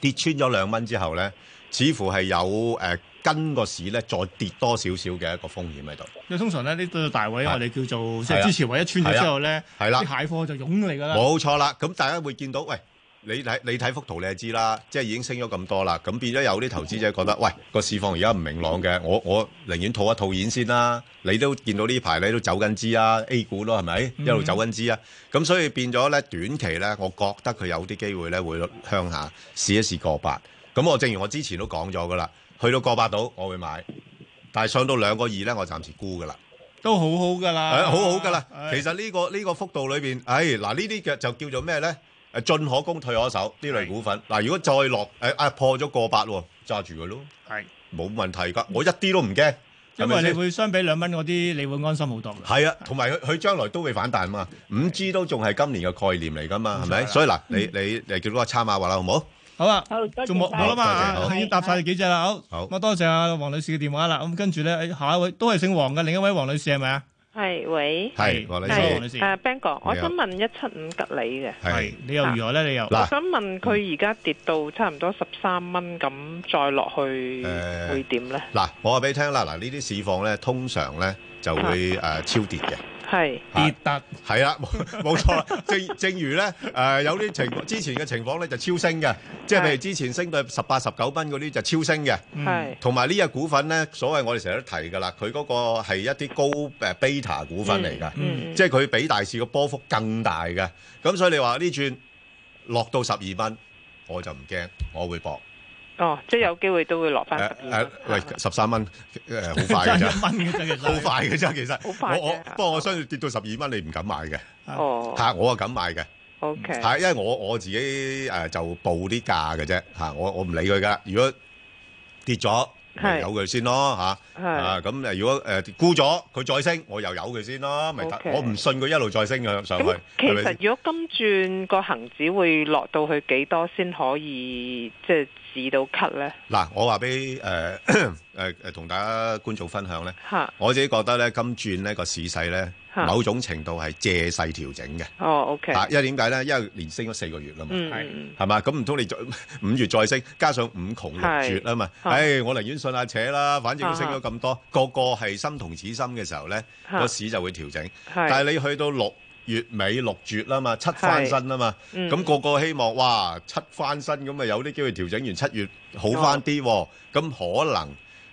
Speaker 2: 跌穿咗兩蚊之後咧，似乎係有誒、呃跟個市咧再跌多少少嘅一個風險喺度。
Speaker 1: 因為通常咧呢度大位
Speaker 2: 係
Speaker 1: 我哋叫做即
Speaker 2: 係
Speaker 1: 係
Speaker 2: 啊
Speaker 1: 支持位一穿咗之後咧，
Speaker 2: 係啦
Speaker 1: 啲蟹貨就湧嚟㗎啦，
Speaker 2: 冇錯啦，咁大家會見到，喂，你睇你睇幅圖你就知啦，即係已經升咗咁多啦，咁變咗有啲投資者覺得，喂，個市況而家唔明朗嘅，我我寧願套一套現先啦。你都見到呢排你都走緊資啊，A 股咯係咪一路走緊資啊？咁所以變咗咧短期咧，我覺得佢有啲機會咧會向下試一試過百。咁我正如我之前都講咗噶啦，去到過百度我會買，但係上到兩個二咧，我暫時沽噶啦。
Speaker 1: 都好好㗎啦，
Speaker 2: 係好好噶啦。
Speaker 1: 係
Speaker 2: 其實呢個呢個幅度裏邊，誒嗱呢啲嘅就叫做咩咧？誒進可攻退可守呢類股份。嗱，如果再落誒啊破咗過百喎，揸住佢咯，
Speaker 1: 係。
Speaker 2: 冇問題㗎。我一啲都唔驚，係
Speaker 1: 因
Speaker 2: 咪
Speaker 1: 為你
Speaker 2: 先？
Speaker 1: 會相比兩蚊嗰啲，你會安心好多㗎。
Speaker 2: 係啊，同埋佢佢將來都會反彈嘛。五 G 都仲係今年嘅概念嚟㗎嘛，係
Speaker 1: 冇錯
Speaker 2: 咪？
Speaker 1: 啦
Speaker 2: 所以嗱，你你你叫到我參考下啦，好唔好？
Speaker 1: 好啊，
Speaker 4: 好多謝
Speaker 1: 仲冇
Speaker 4: 晒
Speaker 1: 冇啦
Speaker 2: 好多謝
Speaker 1: 嘛，啊
Speaker 2: 好
Speaker 1: 已經答晒你幾隻啦，好。
Speaker 2: 好
Speaker 1: 咁啊，多謝阿黃女士嘅電話啦。咁跟住咧，下一位都係姓黃嘅，另一位黃女士係咪啊？
Speaker 5: 係喂，
Speaker 2: 係黃女
Speaker 1: 係
Speaker 2: 士，
Speaker 1: 士
Speaker 5: 誒 Ben 哥，我
Speaker 2: 你好啊
Speaker 5: 想問一七五吉利嘅，
Speaker 1: 係
Speaker 2: 係
Speaker 1: 你又如何咧？你又
Speaker 2: 嗱
Speaker 5: 我想問佢而家跌到差唔多十三蚊咁，再落去
Speaker 2: 誒
Speaker 5: 會點呢？
Speaker 2: 嗱，我話俾你聽啦，嗱呢啲市況咧，通常咧就會誒超跌嘅。
Speaker 5: 係
Speaker 1: 跌突
Speaker 2: 係啦，冇冇錯啦。正正如咧，誒、有啲情之前嘅情況咧就超升嘅，即係譬如
Speaker 5: 係
Speaker 2: 之前升到十八十九蚊嗰啲就超升嘅。
Speaker 5: 係
Speaker 2: 同埋呢只股份咧，所謂我哋成日都提㗎啦，佢嗰個係一啲高誒 beta 股份嚟㗎，
Speaker 5: 嗯
Speaker 2: 即係佢比大市嘅波幅更大嘅。咁所以你話呢轉落到十二蚊，我就唔驚，我會搏。
Speaker 5: 哦，即係有機會都會落翻
Speaker 2: 誒
Speaker 5: 十二
Speaker 2: 誒，喂，十三蚊誒，好快
Speaker 1: 爭
Speaker 2: 㗎
Speaker 1: 一
Speaker 5: [LAUGHS]
Speaker 2: 啫，
Speaker 1: 蚊嘅啫，其實
Speaker 2: 好快㗎啫，其實。
Speaker 5: 好快啫
Speaker 2: 我我不過我相信跌到十二蚊，你唔敢買嘅。
Speaker 5: 哦
Speaker 2: 嚇，我啊敢買嘅。
Speaker 5: ，OK，
Speaker 2: 係，因為我我自己誒、呃就報啲價嘅啫嚇，我我唔理佢噶。如果跌咗，咪
Speaker 5: 係
Speaker 2: 由佢先咯嚇。
Speaker 5: 係
Speaker 2: 啊，咁誒如果誒沽咗，佢再升，我又由佢先咯，咪得
Speaker 5: OK
Speaker 2: 我唔信佢一路再升嘅上去
Speaker 5: 咁。其
Speaker 2: 係咪先
Speaker 5: 實如果金轉個恒指會落到去幾多先可以即係止到咳呢？
Speaker 2: 嗱，我話俾誒誒誒同大家觀眾分享咧，
Speaker 5: 嚇，
Speaker 2: 我自己覺得咧，今轉呢個市勢咧，
Speaker 5: 嚇
Speaker 2: 某種程度係借勢調整嘅。
Speaker 5: 哦，OK，
Speaker 2: 啊，因為點解咧？因為連升咗四個月啦嘛。
Speaker 5: 嗯
Speaker 1: 係
Speaker 5: 嗯
Speaker 2: 係嘛？咁唔通你再 [LAUGHS] 五月再升，加上五窮六絕啊嘛？
Speaker 5: 係
Speaker 2: 唉，我寧願信下扯啦，反正都升咗咁多，個個係心同此心嘅時候咧，
Speaker 5: 嚇
Speaker 2: 個市就會調整。
Speaker 5: 嗯，係
Speaker 2: 但係你去到六月尾六絕啦嘛，七翻身啦嘛，
Speaker 5: 嗯
Speaker 2: 咁個個希望哇七翻身咁啊有啲機會調整完七月好翻啲
Speaker 5: 哦
Speaker 2: 喎，咁可能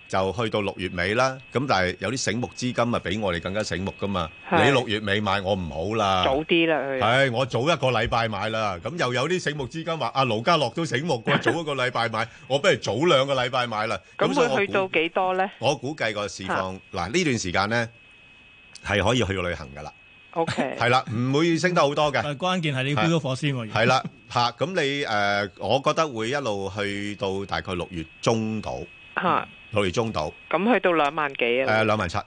Speaker 2: 就去到六月尾啦。咁但係有啲醒目資金啊，比我哋更加醒目噶嘛。
Speaker 5: 係
Speaker 2: 你六月尾買我唔好啦，
Speaker 5: 早啲啦佢，
Speaker 2: 啊係我早一個禮拜買啦。咁又有啲醒目資金話啊，盧家樂都醒目喎，早一個禮拜
Speaker 5: [LAUGHS]
Speaker 2: 買，我不如早兩個禮拜買啦。
Speaker 5: 咁
Speaker 2: 所以我
Speaker 5: 會去
Speaker 2: 估
Speaker 5: 到幾多咧
Speaker 2: 我估計個市況嗱呢段時間咧係可以去到旅行㗎啦，
Speaker 5: ？O K，
Speaker 2: 係啦，唔會升得好多
Speaker 1: [LAUGHS]
Speaker 2: 嘅，
Speaker 5: [LAUGHS]
Speaker 1: 但係關鍵係你要
Speaker 2: 係
Speaker 1: 沽咗貨先喎。
Speaker 2: 係啦嚇。咁你誒、呃我覺得會一路去到大概六月中度，
Speaker 5: 嚇，
Speaker 2: 六月中度
Speaker 5: 咁去到兩萬幾啊
Speaker 2: 誒，兩萬七，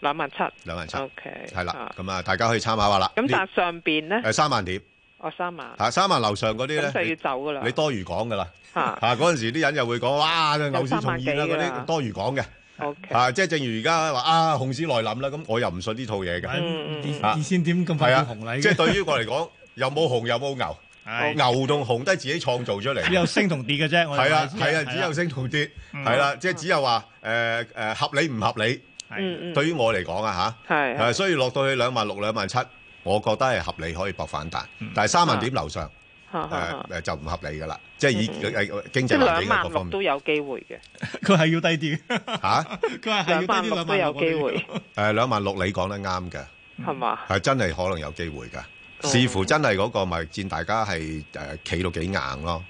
Speaker 5: 兩萬七
Speaker 2: 兩萬七
Speaker 5: ，O K，
Speaker 2: 係啦。
Speaker 5: 嚇
Speaker 2: 咁啊，大家可以參考下啦。
Speaker 5: 咁
Speaker 2: 呢
Speaker 5: 但係上邊咧，
Speaker 2: 誒三萬點
Speaker 5: 哦三萬，
Speaker 2: 嚇，三萬樓上嗰啲
Speaker 5: 咁就要
Speaker 2: 咧，
Speaker 5: 走噶啦
Speaker 2: 啊你，你多啊餘講㗎啦
Speaker 5: 嚇
Speaker 2: 嚇。嗰陣時啲人又會講哇，牛市
Speaker 5: 三
Speaker 2: 重
Speaker 5: 啊萬
Speaker 2: 現啦啊
Speaker 5: 幾啊
Speaker 2: 嗰
Speaker 5: 㗎啦
Speaker 2: 啲多餘講嘅
Speaker 5: ，O K，
Speaker 2: 啊，即係正如而家話啊，熊市來臨啦，咁我又唔信呢套嘢嘅。
Speaker 5: 嗯嗯
Speaker 1: 二二千點咁快
Speaker 2: 係
Speaker 1: 要
Speaker 2: 啊
Speaker 1: 紅禮
Speaker 2: 即係
Speaker 1: 嘅，
Speaker 2: 對於我嚟講，又冇紅又冇牛，
Speaker 5: 哦
Speaker 1: 係
Speaker 2: 牛同紅都係自己創造出嚟。
Speaker 1: 只有升同跌嘅啫。我哋
Speaker 2: 係啊，
Speaker 1: 買
Speaker 2: 係啊，
Speaker 1: 係
Speaker 2: 只有升同跌，
Speaker 1: 嗯
Speaker 2: 係啦，即係只有話誒誒合理唔合理。
Speaker 1: 係
Speaker 5: 嗯嗯，
Speaker 2: 對於我嚟講啊嚇，
Speaker 5: 係
Speaker 2: 誒，所以落到去兩萬六、兩萬七，我覺得係合理可以搏反彈，
Speaker 1: 嗯
Speaker 2: 但係三
Speaker 5: 啊
Speaker 2: 萬點樓上
Speaker 5: 嚇嚇
Speaker 2: 誒誒就唔合理㗎啦，啊即係以誒經
Speaker 5: 啊嗯即
Speaker 2: 濟
Speaker 5: 係
Speaker 2: 環
Speaker 5: 兩
Speaker 2: 境啊各
Speaker 5: 萬
Speaker 2: 方
Speaker 5: 六
Speaker 2: 面
Speaker 5: 都有機會嘅，
Speaker 1: 佢係要低啲 [LAUGHS] 嘅，
Speaker 2: 嚇
Speaker 1: 佢啊話係要低
Speaker 5: 兩萬
Speaker 1: 啲
Speaker 5: 六
Speaker 1: 兩
Speaker 5: 都
Speaker 1: 萬
Speaker 5: 有
Speaker 1: 六
Speaker 5: 機
Speaker 1: 我哋
Speaker 5: 會，
Speaker 2: 誒兩萬六，你講得啱嘅。
Speaker 5: 係嘛？
Speaker 2: 係真係可能有機會㗎，
Speaker 5: 哦
Speaker 2: 視乎真係嗰個貿易戰，大家係誒企到幾硬咯。
Speaker 5: 嗯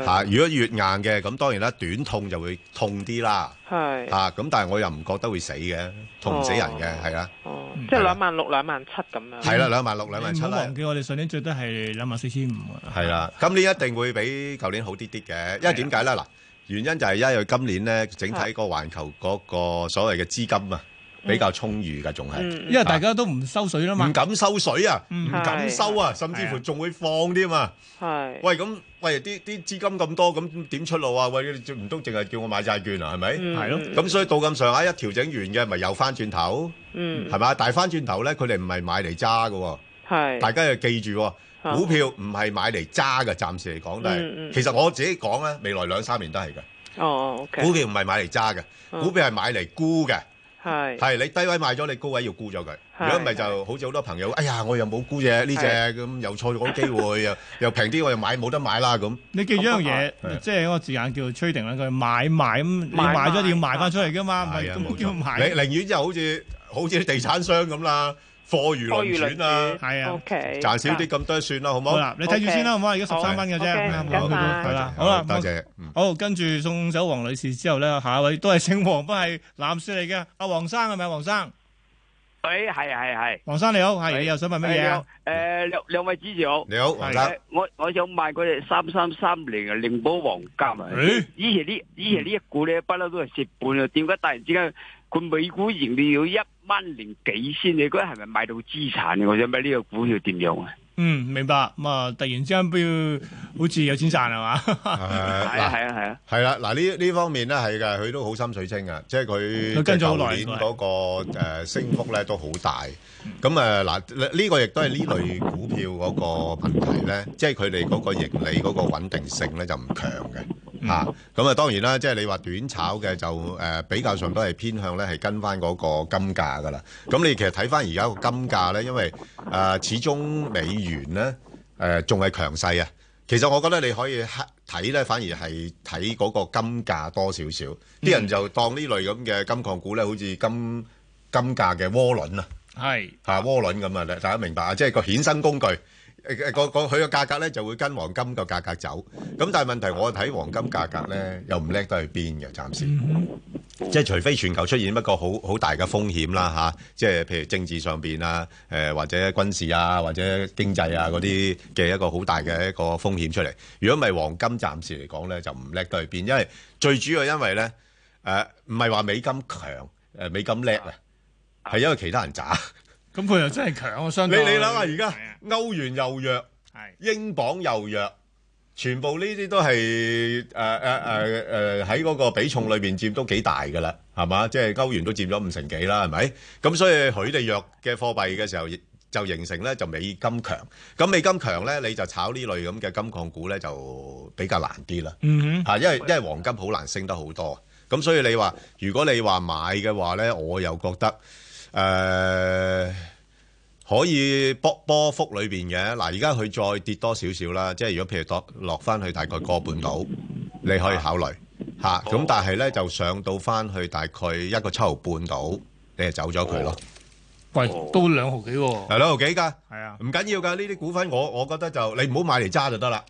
Speaker 1: 係
Speaker 2: 嚇、如果越硬嘅，咁當然啦，短痛就會痛啲啦。
Speaker 5: 係
Speaker 2: 嚇、咁但係我又唔覺得會死嘅，痛唔死人嘅，
Speaker 5: 哦
Speaker 2: 係啦、
Speaker 5: 哦
Speaker 1: 嗯，
Speaker 5: 即係
Speaker 2: 係啦
Speaker 5: 兩萬六、兩萬七咁樣。
Speaker 2: 係啦，兩萬六、兩萬
Speaker 1: 你嗯
Speaker 2: 七啊
Speaker 1: 唔好
Speaker 2: 啦
Speaker 1: 忘，記我哋上年最低係兩萬四千五
Speaker 5: 嗯
Speaker 1: 啊。
Speaker 2: 係啦，今年一定會比舊年好啲啲嘅，因為點解咧？嗱，原因就係因為今年咧，整體個環球嗰個所謂嘅資金啊，比較充裕㗎，仲係。
Speaker 5: 嗯，
Speaker 1: 因為大家都唔收水啦嘛
Speaker 2: 唔。敢收水啊，
Speaker 1: 嗯
Speaker 2: 唔敢收啊，甚至乎仲會放添啊！
Speaker 5: 係
Speaker 2: 喂，咁喂啲啲資金咁多，咁點出路啊？喂，你唔通淨係叫我買債券啊？係咪？
Speaker 5: 嗯
Speaker 1: 係咯
Speaker 2: 咁所以到咁上下一調整完嘅，咪又翻轉頭，
Speaker 5: 嗯
Speaker 2: 係咪？但係翻轉頭咧，佢哋唔係買嚟揸嘅喎，
Speaker 5: 係
Speaker 2: 大家要記住喎，
Speaker 5: 啊
Speaker 2: 股票唔係買嚟揸嘅，暫時嚟講，但
Speaker 5: 嗯嗯
Speaker 2: 係其實我自己講咧，未來兩三年都係嘅，
Speaker 5: 哦，OK，
Speaker 2: 股票唔係買嚟揸嘅，
Speaker 5: 嗯
Speaker 2: 股票係買嚟沽嘅。
Speaker 5: 係
Speaker 2: 係你低位買咗，你高位要沽咗佢。
Speaker 5: 係
Speaker 2: 如果唔係就好似好多朋友，哎呀，我又冇沽啫呢只，
Speaker 5: 係
Speaker 2: 咁又錯咗機會，又又平啲我又買冇得買啦咁。
Speaker 1: 你記住一樣
Speaker 2: 係
Speaker 1: 嘢，
Speaker 2: 啊
Speaker 1: 即係嗰個字眼叫 trading 啦，佢買賣咁，你
Speaker 5: 買
Speaker 1: 買咗你要
Speaker 5: 賣
Speaker 1: 賣翻出嚟噶嘛，唔
Speaker 2: 係
Speaker 1: 係
Speaker 2: 啊，
Speaker 1: 咁
Speaker 2: 冇
Speaker 1: 叫
Speaker 2: 錯。
Speaker 1: 賣
Speaker 2: 你。寧願就好似好似啲地產商咁啦，貨如
Speaker 5: 多餘
Speaker 2: 輪轉啦，
Speaker 1: 係啊
Speaker 5: ，OK，
Speaker 2: 賺少啲咁多算啦，好唔
Speaker 1: 好
Speaker 2: 好？
Speaker 1: 啦，你睇住先啦，好唔好？而家十三蚊嘅啫，
Speaker 5: 好
Speaker 1: 啱啱
Speaker 5: 唔該晒
Speaker 1: 係啦，
Speaker 2: 好
Speaker 1: 好啦，
Speaker 2: 多謝。嗯
Speaker 1: 好，跟住送走黃女士之後咧，下一位都係姓黃，不係男士嚟嘅。阿黃生係咪啊？黃生，
Speaker 6: 喂，系系
Speaker 1: 黃生你好，係
Speaker 6: 喂
Speaker 1: 你又想問
Speaker 6: 系，
Speaker 1: 乜嘢啊？
Speaker 6: 诶，两两位主持好。
Speaker 2: 你好，黃生
Speaker 6: 誒。我我想買嗰只三三三零啊，寧寶黃金啊。
Speaker 1: 誒
Speaker 6: 以前呢以前呢一股咧，不嬲都係蝕本啊。點解突然之間佢美股盈利要一蚊零幾先？你覺得係咪買到資產啊？我想問呢個股票點
Speaker 1: [LAUGHS]
Speaker 6: 樣啊？
Speaker 1: 嗯，明白。咁啊，突然之間不要好似有錢賺係嘛？
Speaker 2: 誒
Speaker 6: 係啊
Speaker 2: 嗱
Speaker 6: 係啊係啊，
Speaker 2: 係啦，嗱呢呢方面咧係嘅，佢都好心水清嘅，即係佢
Speaker 1: 佢跟咗好耐
Speaker 2: 舊年嗰個誒升幅咧都好大。咁誒啊嗱，呢呢個亦都係呢類股票嗰個問題咧，即係佢哋嗰個盈利嗰個穩定性咧就唔強嘅
Speaker 1: 嗯
Speaker 2: 嚇。咁啊當然啦，即係你話短炒嘅就誒比較上都係偏向咧係跟翻嗰個金價噶啦。咁你其實睇翻而家個金價咧，因為誒始終美元咧誒仲係強勢啊。其實我覺得你可以睇咧，反而係睇嗰個金價多少少。啲、人就當呢類咁嘅金礦股咧，好似金金價嘅窩輪啊，
Speaker 1: [LAUGHS] 係
Speaker 2: 嚇窩輪咁啊，大家明白啊？即係個衍生工具，誒誒個個佢個價格咧就會跟黃金個價格走。咁但係問題，我睇黃金價格咧又唔叻得去邊嘅，暫時。
Speaker 1: 嗯
Speaker 2: 即係除非全球出現一個好好大嘅風險啦吓、即係譬如政治上邊啊，誒、或者軍事啊，或者經濟啊嗰啲嘅一個好大嘅一個風險出嚟。如果唔係黃金，暫時嚟講咧就唔叻得去邊，因為最主要因為咧誒唔係話美金強，誒、美金叻啊，係因為其他人渣。
Speaker 1: 咁佢又真係強啊，相
Speaker 2: 你
Speaker 1: 對。
Speaker 2: 你諗下而家
Speaker 1: 係啊
Speaker 2: 歐元又弱。
Speaker 1: 係
Speaker 2: 英鎊又弱，全部呢啲都係誒呃誒誒誒呃喺嗰個比重裏邊佔都幾大㗎啦，係嘛？即係歐元都佔咗五成幾啦，係咪？咁所以佢哋弱嘅貨幣嘅時候，就形成咧就美金強。咁美金強咧，你就炒呢類咁嘅金礦股咧就比較難啲啦。
Speaker 1: [LAUGHS] 嗯
Speaker 2: 嚇，因為因為黃金好難升得好多，咁所以你話如果你話買嘅話咧，我又覺得誒、可以波波幅裏邊嘅。嗱，而家佢再跌多少少啦，即係如果譬如落落翻去大概個半度，你可以考慮嚇。咁、但係咧就上到翻去大概一個七毫半度，你就走咗佢咯。
Speaker 1: 喂，
Speaker 2: 哦
Speaker 1: 都兩毫幾喎。
Speaker 2: 係兩毫幾㗎。
Speaker 1: 係啊，
Speaker 2: 唔緊要㗎，呢啲股份我我覺得就你唔好買嚟揸
Speaker 1: [LAUGHS]
Speaker 2: 就得啦，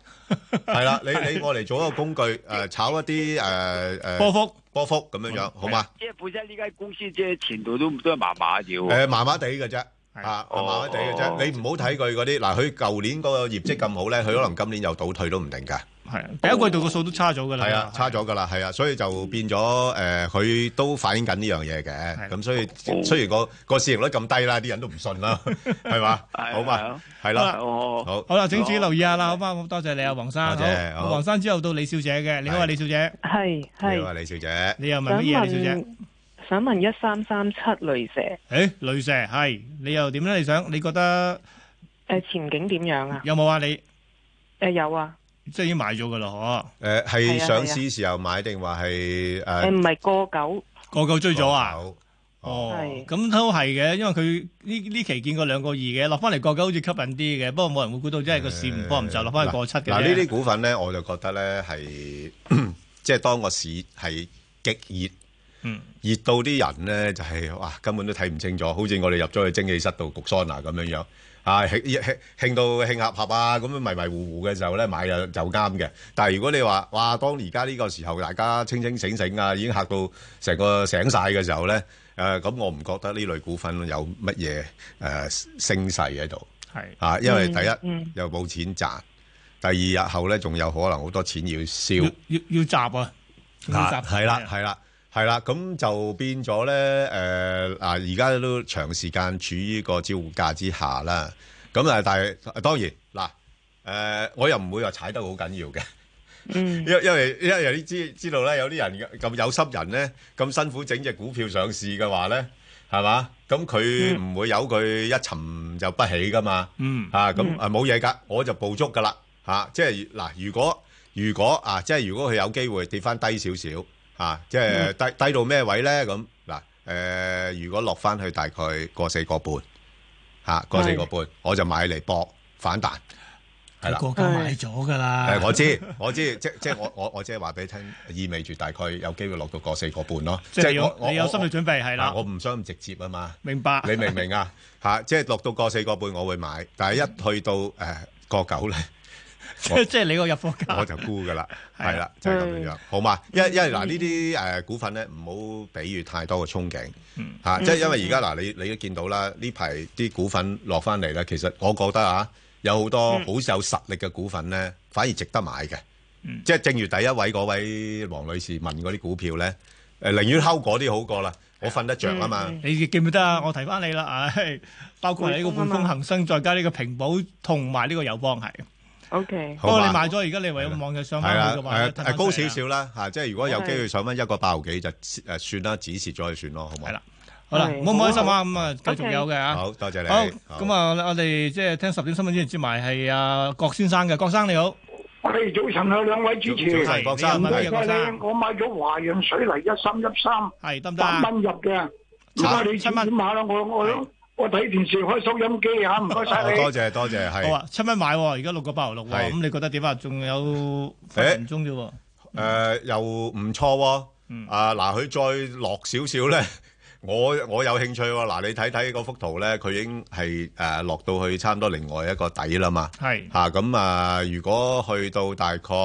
Speaker 2: 係啦，你你我嚟做一個工具，誒、炒一啲誒誒
Speaker 1: 波幅
Speaker 2: 波幅咁樣樣，好嘛？
Speaker 6: 即係本身呢間公司即係前途都都係麻麻嘅喎。
Speaker 7: 啊
Speaker 2: 誒麻麻地嘅啫，
Speaker 1: 係
Speaker 2: 啊麻
Speaker 6: 哦
Speaker 2: 麻地嘅啫，你唔好睇佢嗰啲嗱，佢舊年嗰個業績咁好咧，佢可能今年又倒退都唔定㗎，
Speaker 1: 係啊，第一季度個數都差咗
Speaker 6: 嗯
Speaker 1: 㗎啦。
Speaker 2: 係啊，差咗㗎啦，係啊，所以就變咗誒，佢都反映緊呢樣嘢嘅，
Speaker 1: 係
Speaker 2: 咁所
Speaker 6: 哦
Speaker 2: 以雖然個個市盈率咁低啦，啲人都唔信
Speaker 6: [LAUGHS]
Speaker 2: 啦，係嘛？
Speaker 6: 係
Speaker 2: 好
Speaker 6: 係
Speaker 2: 嘛
Speaker 6: 啊？
Speaker 2: 係
Speaker 1: 好
Speaker 2: 啦，
Speaker 6: 哦，
Speaker 2: 好，
Speaker 1: 好啦，請注意留意下啦，好嘛？好多謝你啊，黃生。
Speaker 2: 多謝
Speaker 1: 好
Speaker 2: 好
Speaker 1: 黃生之後到李小姐嘅，你好啊，
Speaker 2: 係
Speaker 1: 李小姐，
Speaker 5: 係
Speaker 2: 你好
Speaker 5: 係
Speaker 2: 啊，李小姐。
Speaker 1: 你又問
Speaker 5: 想
Speaker 1: 乜嘢啊，李小姐
Speaker 5: 問？想問一三三七雷蛇誒、
Speaker 1: 誒，雷蛇係你又點咧？你想你覺得
Speaker 5: 前景點樣啊？
Speaker 1: 有冇啊？你
Speaker 5: 誒、有啊，
Speaker 1: 即係已經買咗㗎啦，
Speaker 2: 誒係
Speaker 5: 係啊
Speaker 2: 上市時候買定話係
Speaker 5: 誒
Speaker 2: 誒
Speaker 5: 唔係過九，
Speaker 1: 嗬，個個追咗啊！
Speaker 2: 九
Speaker 1: 哦，
Speaker 5: 係
Speaker 1: 咁都係嘅，因為佢呢呢期見過兩個二嘅，落翻嚟個九好似吸引啲嘅，不過冇人會估到，即係個市唔幫唔就，落翻去個七嘅啫。
Speaker 2: 嗱呢啲股份咧，我就覺得咧係 [CLEARS THROAT] 即係當個市係極熱，
Speaker 1: 嗯
Speaker 2: 熱到啲人咧就係、哇根本都睇唔清楚，好似我哋入咗去蒸氣室度焗桑拿咁樣樣。啊，興興興到興合合啊，咁樣迷迷糊糊嘅時候咧買就就啱嘅。但係如果你話哇，當而家呢個時候大家清清醒醒啊，已經嚇到成個醒晒嘅時候咧，誒、咁我唔覺得呢類股份有乜嘢誒升勢喺度。
Speaker 1: 係
Speaker 2: 啊，因為第一、
Speaker 5: 嗯
Speaker 2: 又冇錢賺，第二日後咧仲有可能好多錢要
Speaker 1: 要
Speaker 2: 燒，
Speaker 1: 要要集啊，要
Speaker 2: 啊
Speaker 1: 集
Speaker 2: 係啦係啦係啦，咁就變咗咧誒啊！而家都長時間處於個招股價之下啦，咁啊，但係當然嗱誒、我又唔會話踩得好緊要嘅。 [LAUGHS]
Speaker 5: 嗯
Speaker 2: 因因為因為有啲知知道咧，有啲人咁有心人咧，咁辛苦整只股票上市嘅話咧，係嘛？咁佢唔會由佢一沉就不起噶嘛。
Speaker 1: 嗯
Speaker 2: 啊，咁啊冇嘢噶，我就捕捉噶啦。嚇、即係嗱，如果如果啊，即係如果佢有機會跌翻低少少嚇，即
Speaker 1: 嗯
Speaker 2: 係低低到咩位咧？咁嗱，誒、如果落翻去大概個四個半嚇，個四個半，我就買嚟搏反彈。係啦
Speaker 1: 個九買咗㗎
Speaker 2: 誒，
Speaker 1: 啦，
Speaker 2: 我知， [LAUGHS] 我知，即即我我我即係話俾你聽，意味住大概有機會落到個四個半咯。
Speaker 1: 即係有
Speaker 2: 我
Speaker 1: 你有心理準備係
Speaker 2: 嗱，
Speaker 1: 啦
Speaker 2: 我，唔想咁直接啊嘛，
Speaker 1: 明白？
Speaker 2: [LAUGHS] 你明唔明啊？嚇，即係落到個四個半，我會買，但係一去到誒個九咧， [LAUGHS]
Speaker 1: 即 [LAUGHS] 係即係你個入貨價
Speaker 2: 我就沽噶啦，
Speaker 1: [LAUGHS] 係啊嗯
Speaker 2: 係啦，就係咁樣樣，好嘛？因為因為嗱呢啲誒股份咧，唔好俾予太多嘅憧憬
Speaker 1: 嗯
Speaker 2: 嚇，即係因為而家嗱你你都見到啦，呢排啲股份落翻嚟咧，其實我覺得啊，有好多好有實力嘅股份咧，反而值得買嘅
Speaker 1: 嗯。
Speaker 2: 即係正如第一位嗰位黃女士問嗰啲股票咧，誒寧願睺嗰啲好過啦，我瞓得着啊嘛。
Speaker 1: 你記唔記得啊？ [LAUGHS] 我提翻你啦，唉，包括你呢個
Speaker 5: 匯豐啊
Speaker 1: 匯
Speaker 5: 嘛
Speaker 1: 豐恒生，再加呢個平保同埋呢個友邦係。
Speaker 5: ，OK，
Speaker 1: 不
Speaker 2: 好
Speaker 1: 過你
Speaker 2: 嘛
Speaker 1: 買咗，而家你唯有望日上
Speaker 2: 係
Speaker 1: 翻
Speaker 2: 啦，
Speaker 1: 去嘅話，哎
Speaker 2: 誒
Speaker 1: 褪返
Speaker 2: 誒高
Speaker 1: 上
Speaker 2: 少
Speaker 1: 嚟啊
Speaker 2: 少啦嚇，即係如果有機會上翻一個八毫幾就誒算啦，止蝕咗就算咯，好
Speaker 1: 係
Speaker 2: 冇
Speaker 1: 啦？好啦，
Speaker 5: 係
Speaker 1: 唔好唔開心啊！咁啊，繼續
Speaker 5: OK
Speaker 1: 有嘅啊。
Speaker 2: 好多謝你。
Speaker 1: 好，咁啊，我哋即係聽十點新聞之前接埋係啊郭先生嘅，郭生你好，
Speaker 8: 喂，早晨啊，兩位主
Speaker 2: 早
Speaker 8: 持，
Speaker 2: 早晨
Speaker 1: 係你有
Speaker 2: 郭生
Speaker 1: 問
Speaker 8: 唔
Speaker 1: 題啊，
Speaker 8: 該
Speaker 1: 郭
Speaker 8: 你
Speaker 1: 生，
Speaker 8: 我買咗華潤水泥一三一三
Speaker 1: 係得唔得啊
Speaker 8: 八？蚊入嘅，唔
Speaker 1: 查
Speaker 8: 該你
Speaker 1: 七
Speaker 8: 指
Speaker 1: 蚊
Speaker 8: 點下啦，我
Speaker 1: 係
Speaker 8: 我我睇電視開收音機嚇，唔該晒你
Speaker 2: 哦多。謝多謝，
Speaker 1: 好
Speaker 2: 係
Speaker 1: 啊，七蚊買喎，而家六個八毫六喎，
Speaker 2: 係
Speaker 1: 咁你覺得點啊？仲有分
Speaker 2: 誒
Speaker 1: 零鐘啫喎，
Speaker 2: 誒呃又唔錯喎。
Speaker 1: 嗯
Speaker 2: 啊嗱，佢再落少少咧， [LAUGHS] 我我有興趣喎。嗱，你睇睇嗰幅圖咧，佢已經係誒落到去差唔多另外一個底啦嘛。
Speaker 1: 係
Speaker 2: 嚇咁啊！如果去到大概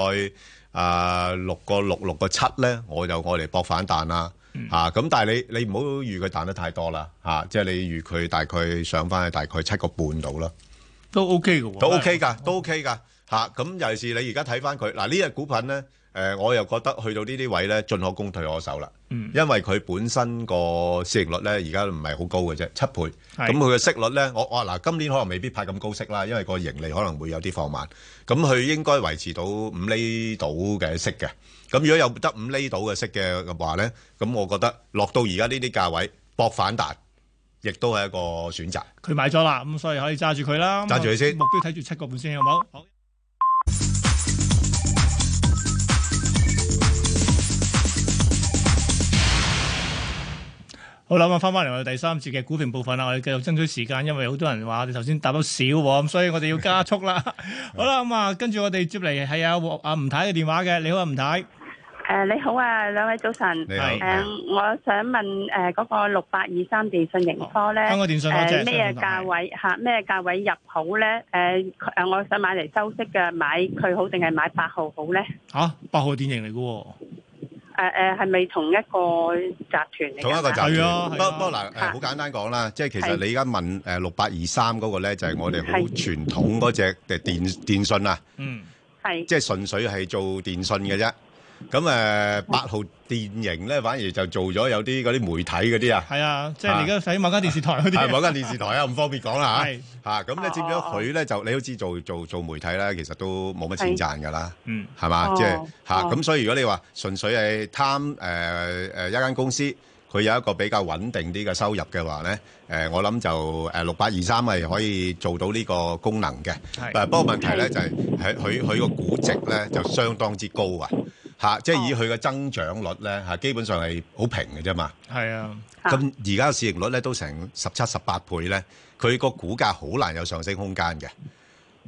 Speaker 2: 啊六個六六個七咧，我就我嚟搏反彈啦嚇。咁、但係你你唔好預佢彈得太多啦嚇、即係你預佢大概上翻去大概七個半度啦，
Speaker 1: 都 OK 嘅喎，
Speaker 2: 都 OK 㗎，都 OK 㗎嚇。咁、尤其是你而家睇翻佢嗱呢只股份咧，誒、我又覺得去到呢啲位咧，進可攻退可守啦。
Speaker 1: 嗯
Speaker 2: 因為佢本身個市盈率咧，而家唔係好高嘅啫，七倍。
Speaker 1: 係
Speaker 2: 咁佢嘅息率咧，我我嗱今年可能未必派咁高息啦，因為個盈利可能會有啲放慢。咁佢應該維持到五厘度嘅息嘅。咁如果有得五厘度嘅息嘅話咧，咁我覺得落到而家呢啲價位搏反彈，亦都係一個選擇。
Speaker 1: 佢買咗啦，咁所以可以揸住佢啦，咁啊
Speaker 2: 揸住佢先
Speaker 1: 目標睇住七個半先，好冇？好好好啦，咁啊翻翻嚟我哋第三節嘅股評部分啦，我哋繼續爭取時間，因為好多人話我哋頭先答到少喎，咁所以我哋要加速
Speaker 2: [LAUGHS]
Speaker 1: 啦。好啦，咁啊，跟住我哋接嚟係阿黃阿吳太嘅電話嘅，你好啊，吳太，
Speaker 9: 诶，你好啊，兩位早晨。
Speaker 2: 你好
Speaker 1: 係
Speaker 9: 诶，我想問
Speaker 4: à,
Speaker 9: 诶嗰個六八二三電信盈科咧，
Speaker 1: 香港電信嗰隻
Speaker 9: 诶
Speaker 4: à,
Speaker 9: 咩價位吓？咩價位入好咧？诶
Speaker 4: à,
Speaker 9: 诶，我想買嚟收息嘅，買佢好定係買八號好咧？
Speaker 1: 嚇八號電影嚟嘅喎，
Speaker 4: À,
Speaker 9: 诶诶，系咪同一個集團嚟㗎？
Speaker 2: 同一個集
Speaker 1: 係
Speaker 2: 團
Speaker 1: 啊，
Speaker 2: 不
Speaker 1: 係啊
Speaker 2: 不過嗱，誒
Speaker 9: 係
Speaker 2: 好簡單講啦，即係其實
Speaker 9: 係
Speaker 2: 你而家問誒六八二三嗰個咧，就係我哋好
Speaker 9: 係
Speaker 2: 傳統嗰只嘅電電信啊，
Speaker 1: 嗯，
Speaker 9: 係
Speaker 2: 即係純粹係做電信嘅啫。咁誒八號電影咧，反而就做咗有啲嗰啲媒體嗰啲啊，
Speaker 1: 係啊，即係你而家睇某間電視台嗰
Speaker 2: 係
Speaker 1: 啲，
Speaker 2: 某間電視台啊，唔方便講啦
Speaker 1: 係
Speaker 2: 嚇。嚇咁咧，
Speaker 9: 哦
Speaker 2: 佔咗佢咧就你好知做做做媒體啦，其實都冇乜
Speaker 9: 係
Speaker 2: 錢賺㗎啦。
Speaker 1: 嗯，
Speaker 2: 係嘛？
Speaker 9: 哦
Speaker 2: 即係嚇
Speaker 9: 哦
Speaker 2: 咁，所以如果你話純粹係貪誒誒一間公司，佢有一個比較穩定啲嘅收入嘅話咧，誒、我諗就誒六八二三係可以做到呢個功能嘅。
Speaker 1: 係
Speaker 2: 但係不過問題
Speaker 9: 嗯
Speaker 2: 咧就係係佢佢個估值咧就相當之高啊！嚇、即係以佢嘅增長率咧嚇、基本上係好平嘅啫嘛。
Speaker 1: 係啊，
Speaker 9: 啊
Speaker 2: 咁而家嘅市盈率咧都成十七、十八倍咧，佢個股價好難有上升空間嘅，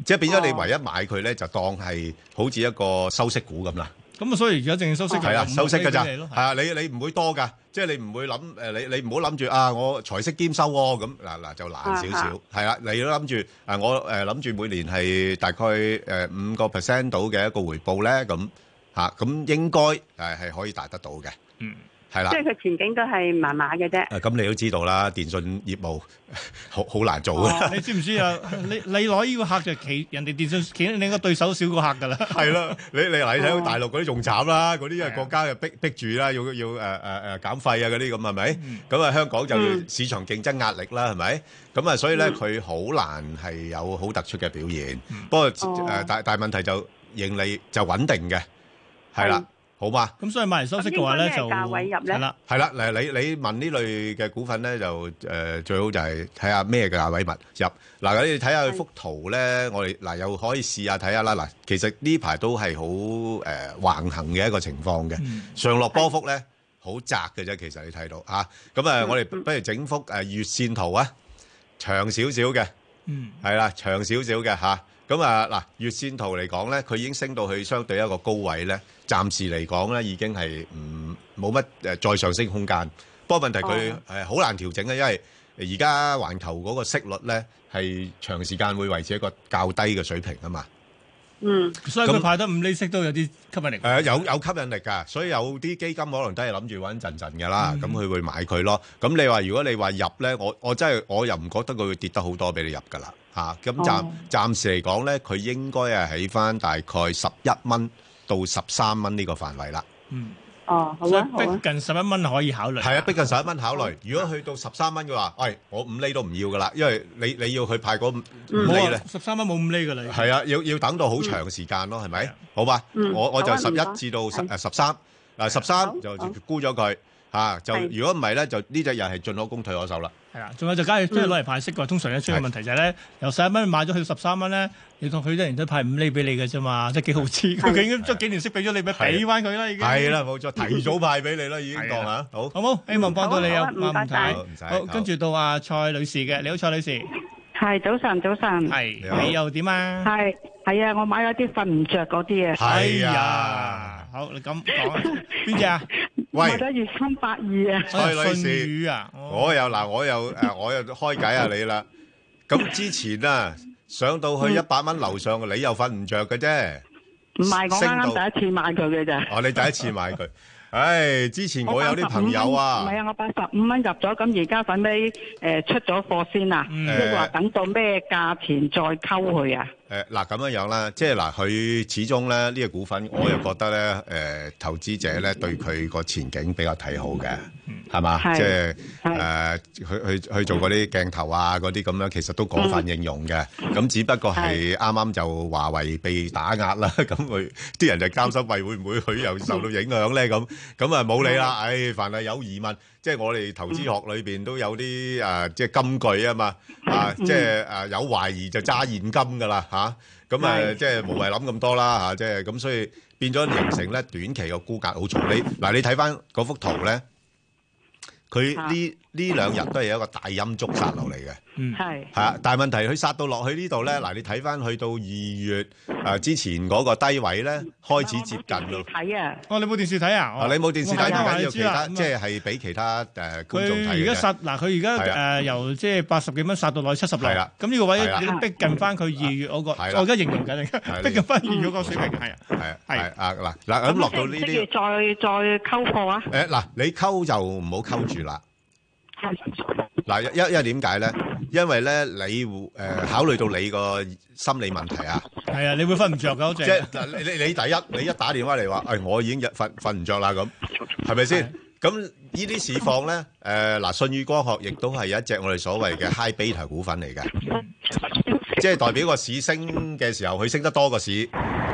Speaker 2: 即係變咗你
Speaker 9: 哦
Speaker 2: 唯一買佢咧就當係好似一個收息股咁啦，
Speaker 1: 咁啊，所以而家淨係收息
Speaker 2: 係啦，收息㗎咋，係
Speaker 1: 係
Speaker 2: 啊，你你唔會多㗎，即係你唔會諗誒，你你唔好諗住啊，我財息兼收喎，咁嗱嗱就難少少
Speaker 9: 啊，
Speaker 2: 係啦，你都諗住啊，我誒諗住每年係大概誒五個 percent 到嘅一個回報咧，咁嚇咁應該誒係可以達得到嘅，
Speaker 1: 嗯，
Speaker 2: 係啦
Speaker 9: 即。係佢前景都係麻麻嘅啫。
Speaker 2: 啊，咁你都知道啦，電信業務 [LAUGHS] 好好難做 [LAUGHS] 嘅，
Speaker 1: 你知唔知啊？你你攞呢個客就企人哋電信，企你個對手少個客㗎
Speaker 2: [LAUGHS]
Speaker 1: 啦，
Speaker 2: 係啦，你你嚟睇到大陸嗰啲仲慘啦，嗰啲因為
Speaker 1: 係啊
Speaker 2: 國家又逼逼住啦，要要誒誒誒減費啊嗰啲咁係咪？咁啊香港就
Speaker 9: 嗯
Speaker 2: 市場競爭壓力啦，係咪？咁啊所以咧佢好難係有好突出嘅表現，不過誒大大問題就盈利就穩定嘅，係啦
Speaker 9: 係，
Speaker 2: 好嘛？
Speaker 1: 咁所以買嚟收息嘅話咧
Speaker 9: 咁
Speaker 1: 就
Speaker 9: 應該咩價位入呢
Speaker 1: 係啦，
Speaker 2: 係啦，嗱，你你問呢類嘅股份咧，就誒、呃最好就係睇下咩嘅價位物入。嗱，你睇下佢幅圖咧，我哋嗱又可以試下睇下啦。嗱，其實呢排都係好誒橫行嘅一個情況嘅，
Speaker 1: 嗯
Speaker 2: 上落波幅咧好窄嘅啫。其實你睇到嚇，咁啊，我哋不如整幅誒月線圖啊，長少少嘅。
Speaker 1: 嗯。
Speaker 2: 係啦，長少少嘅吓，咁啊嗱，月線圖嚟講咧，佢已經升到去相對一個高位咧，暫時嚟講咧已經係唔冇乜誒再上升空間。不過問題佢
Speaker 9: 哦
Speaker 2: 誒好難調整嘅，因為而家環球嗰個息率咧係長時間會維持一個較低嘅水平啊嘛。
Speaker 9: 嗯，
Speaker 1: 所以佢派得五厘息都有啲吸引力。
Speaker 2: 誒、有有吸引力㗎，所以有啲基金可能都係諗住穩陣陣㗎啦，咁佢、會買佢咯。咁你話如果你話入咧，我我真係我又唔覺得佢會跌得好多俾你入㗎啦嚇。咁、暫、
Speaker 9: 哦
Speaker 2: 暫時嚟講咧，佢應該係喺翻大概十一蚊到十三蚊呢個範圍啦。
Speaker 1: 嗯，
Speaker 9: 哦，好
Speaker 1: 所以
Speaker 9: 啊，好啊
Speaker 1: 逼。近十一蚊可以考慮。
Speaker 2: 係啊，逼近十一蚊考慮。如果去到十三蚊嘅話，喂、我五厘都唔要㗎啦，因為你你要去派嗰五五
Speaker 1: 冇
Speaker 2: 厘
Speaker 1: 啊
Speaker 2: 咧。
Speaker 1: 十三蚊冇五厘㗎啦。
Speaker 2: 係啊，要要等到好長時間咯，係咪
Speaker 1: 嗯？
Speaker 2: 好吧，
Speaker 9: 嗯
Speaker 2: 我我就
Speaker 9: 好啊
Speaker 2: 十
Speaker 9: 唔該
Speaker 2: 一至到十呃
Speaker 9: 係
Speaker 2: 誒十三，嗱十
Speaker 9: 好
Speaker 2: 三就
Speaker 9: 好
Speaker 2: 沽咗佢嚇，就
Speaker 9: 係
Speaker 2: 如果唔係咧，就呢只又係進可攻退可守啦。
Speaker 1: 係啦，仲有就梗係即
Speaker 9: 嗯
Speaker 1: 係攞嚟派息嘅話，通常咧出現問題就係咧，由十一蚊買咗去十三蚊咧，你同佢一人都派五厘俾你嘅啫嘛，即係幾毫子。佢已經將幾年息俾咗你，咪俾翻佢啦已經。
Speaker 2: 係，啦，冇錯，提早派俾你啦，已經
Speaker 1: 係
Speaker 2: 當
Speaker 1: 啦
Speaker 2: 嚇好。
Speaker 1: 好冇？希望幫到你
Speaker 9: 好啊
Speaker 1: 啊，
Speaker 9: 好啊唔該
Speaker 1: 唔
Speaker 9: 晒
Speaker 2: 好唔使
Speaker 1: 好，跟住到阿蔡女士嘅，你好，蔡女士，
Speaker 10: 系早晨，早晨，
Speaker 2: 你好
Speaker 1: 係你又點啊？
Speaker 10: 系系啊，我買咗啲瞓唔着嗰啲啊，
Speaker 1: 哎
Speaker 2: 係啊，，
Speaker 1: 好你咁講邊只啊？
Speaker 2: 喂
Speaker 10: 買咗二三八二啊，
Speaker 2: 蔡女士
Speaker 1: 信宇啊，哦
Speaker 2: 我又嗱，我又誒，我又開解下你啦。咁之前啊，上到去一百蚊樓上，你又瞓唔着嘅啫。
Speaker 10: 唔係我啱
Speaker 2: 升到
Speaker 10: 啱第一次買佢嘅咋，
Speaker 2: 哦，你第一次買佢，唉，之前我有啲朋友啊
Speaker 10: 唔。係啊，我八十五蚊入咗，咁而家粉尾诶出咗貨先啊，
Speaker 1: 嗯
Speaker 10: 即係話等到咩價錢再溝佢啊？
Speaker 2: 誒嗱咁樣樣啦，即係嗱，佢始終咧呢、呢個股份，我又覺得咧誒、呃投資者咧對佢個前景比較睇好嘅，係嘛？
Speaker 10: 係
Speaker 2: 即係
Speaker 10: 係
Speaker 2: 誒去去去做嗰啲鏡頭啊嗰啲咁樣，其實都廣泛應用嘅。咁、只不過係啱啱就華為被打壓啦， [LAUGHS] 咁佢啲人就擔心喂會唔會佢又受到影響咧？咁咁啊冇理啦，唉、凡係有疑問，即係我哋投資學裏邊都有啲誒、呃即係金句啊嘛。啊，即係誒有懷疑就揸現金㗎啦嚇，咁啊
Speaker 10: 係
Speaker 2: 即係無謂諗咁多啦嚇，即係咁所以變咗形成咧短期個估價好重。你嗱你睇翻嗰幅圖咧，佢
Speaker 10: 嚇
Speaker 2: 呢呢兩日都係一個大陰燭殺落嚟嘅。
Speaker 10: 係
Speaker 2: 係啊，但係問題佢殺到落去呢度咧，嗱你睇翻去到二月誒之前嗰個低位咧，開始接近咯。
Speaker 10: 睇啊，
Speaker 1: 哦，你冇電視睇啊？
Speaker 2: 啊，你冇電視睇唔緊要，其他即
Speaker 1: 係
Speaker 2: 係係俾其他誒觀眾
Speaker 1: 佢
Speaker 2: 睇嘅啫
Speaker 1: 而家殺嗱，佢而
Speaker 2: 係
Speaker 1: 家
Speaker 2: 啊
Speaker 1: 誒由即係八十幾蚊殺到落去七十六，
Speaker 2: 係啦
Speaker 1: 咁呢個位
Speaker 2: 係啊啦
Speaker 1: 你都逼近翻佢二月嗰個，我而家形容緊，逼近翻二月嗰個水平係啊。
Speaker 2: 係啊係啊嗱嗱咁落到呢
Speaker 10: 不如
Speaker 2: 啲
Speaker 10: 再再溝破啊？
Speaker 2: 誒嗱，你溝就唔好溝住啦。嗱，因因因為點解咧？因為咧，你誒、考慮到你個心理問題啊，
Speaker 1: 係啊，你會瞓唔着㗎，好
Speaker 2: 即
Speaker 1: 似
Speaker 2: 係嗱，你你你第一，你一打電話嚟話，誒、 [LAUGHS] 哎我已經日瞓瞓唔着啦，咁係咪先？咁呢 [LAUGHS] 啲市況咧，誒、嗱，信宇光學亦都係一隻我哋所謂嘅 high beta 股份嚟嘅，即係代表個市升嘅時候，佢升得多過市；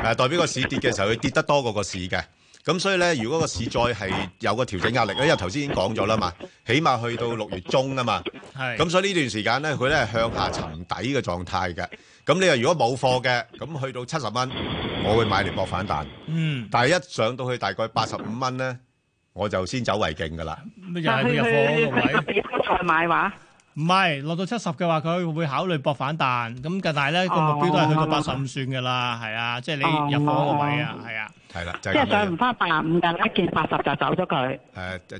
Speaker 2: 誒、代表個市跌嘅時候，佢跌得多過個市嘅。咁所以咧，如果個市再係有個調整壓力咧，因為頭先已經講咗啦嘛，起碼去到六月中啊嘛。
Speaker 1: 係
Speaker 2: 咁所以呢段時間咧，佢咧係向下沉底嘅狀態嘅。咁你又如果冇貨嘅，咁去到七十蚊，我會買嚟搏反彈。
Speaker 1: 嗯，
Speaker 2: 但係一上到去大概八十五蚊咧，我就先走為敬噶啦。
Speaker 1: 乜又係佢入貨嗰個位。
Speaker 10: 俾再買話，
Speaker 1: 唔係落到七十嘅話，佢會考慮搏反彈。咁但係咧個目標都係去到八十五算㗎啦，係啊，即係你入貨嗰個位啊，係啊。
Speaker 2: 係啦，就
Speaker 10: 即
Speaker 2: 係
Speaker 10: 係
Speaker 2: 咁樣
Speaker 10: 上唔。翻八十五㗎，一見八十就走咗佢。